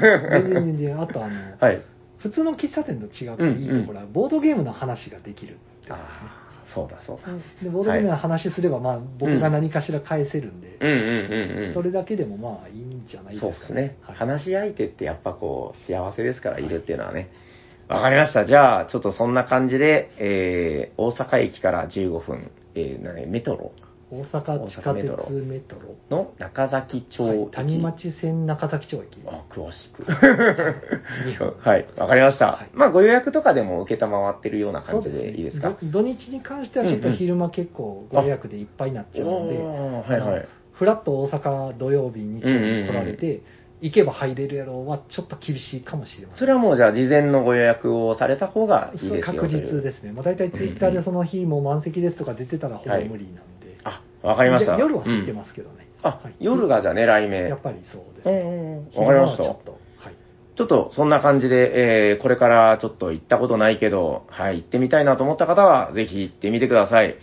Speaker 2: 全然全然、あとあの、
Speaker 1: はい。
Speaker 2: 普通の喫茶店と違っていいところは、ボードゲームの話ができるってこと
Speaker 1: あーそうだそうだ。
Speaker 2: ですねでボードゲームの話すれば、まあ、僕が何かしら返せるんで、
Speaker 1: うんうんうんうん。
Speaker 2: それだけでもまあいいんじゃないです
Speaker 1: そう
Speaker 2: か、
Speaker 1: ですね。
Speaker 2: はい
Speaker 1: 話し相手ってやっぱこう、幸せですから、いるっていうのはね。わかりました。じゃあ、ちょっとそんな感じで、えー、大阪駅から15分、えー、なにメトロ
Speaker 2: 大阪地下鉄メトロ、
Speaker 1: の中崎町駅。
Speaker 2: はい谷町線中崎町駅。
Speaker 1: あ、詳しく。
Speaker 2: 日本
Speaker 1: はい、わかりました。
Speaker 2: はい
Speaker 1: まあ、ご予約とかでも承ってるような感じでいいですか
Speaker 2: ど土日に関してはちょっと昼間結構ご予約でいっぱいになっちゃうので、
Speaker 1: おーはいはい。
Speaker 2: フラッと大阪土曜日、日曜日に来られて、行けば入れるやろうはちょっと厳しいかもしれませ
Speaker 1: そ
Speaker 2: ん。
Speaker 1: れはもうじゃあ事前のご予約をされた方がいい
Speaker 2: そう
Speaker 1: ですよ
Speaker 2: 確
Speaker 1: とい
Speaker 2: 実
Speaker 1: う
Speaker 2: ですね、まあ、大体ツイッターでその日もう満席ですとか出てたらほぼ無理なんで、
Speaker 1: あ、わかりました。
Speaker 2: で夜は空い
Speaker 1: す。
Speaker 2: てますけどね、
Speaker 1: あ
Speaker 2: はい、
Speaker 1: 夜がじゃあ狙い目。
Speaker 2: やっぱりそうです
Speaker 1: う
Speaker 2: ね、
Speaker 1: んうんうん。わかりまし
Speaker 2: 昼間は
Speaker 1: た
Speaker 2: ちょ。っと、はい、
Speaker 1: ちょっとそんな感じで、えー、これからちょっと行ったことないけど、はい、行ってみたいなと思った方は、ぜひ行ってみてください。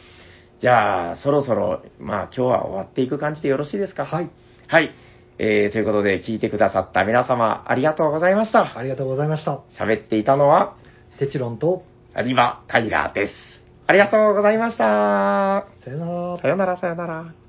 Speaker 1: じゃあ、そろそろ、まあ今日は終わっていく感じでよろしいですか
Speaker 2: はい。
Speaker 1: はい。えー、ということで、聞いてくださった皆様、ありがとうございました。
Speaker 2: ありがとうございました。
Speaker 1: 喋っていたのは、
Speaker 2: テチロンと、
Speaker 1: リバ・タイラーです。ありがとうございました。
Speaker 2: さよなら
Speaker 1: さ。よなら、さよなら。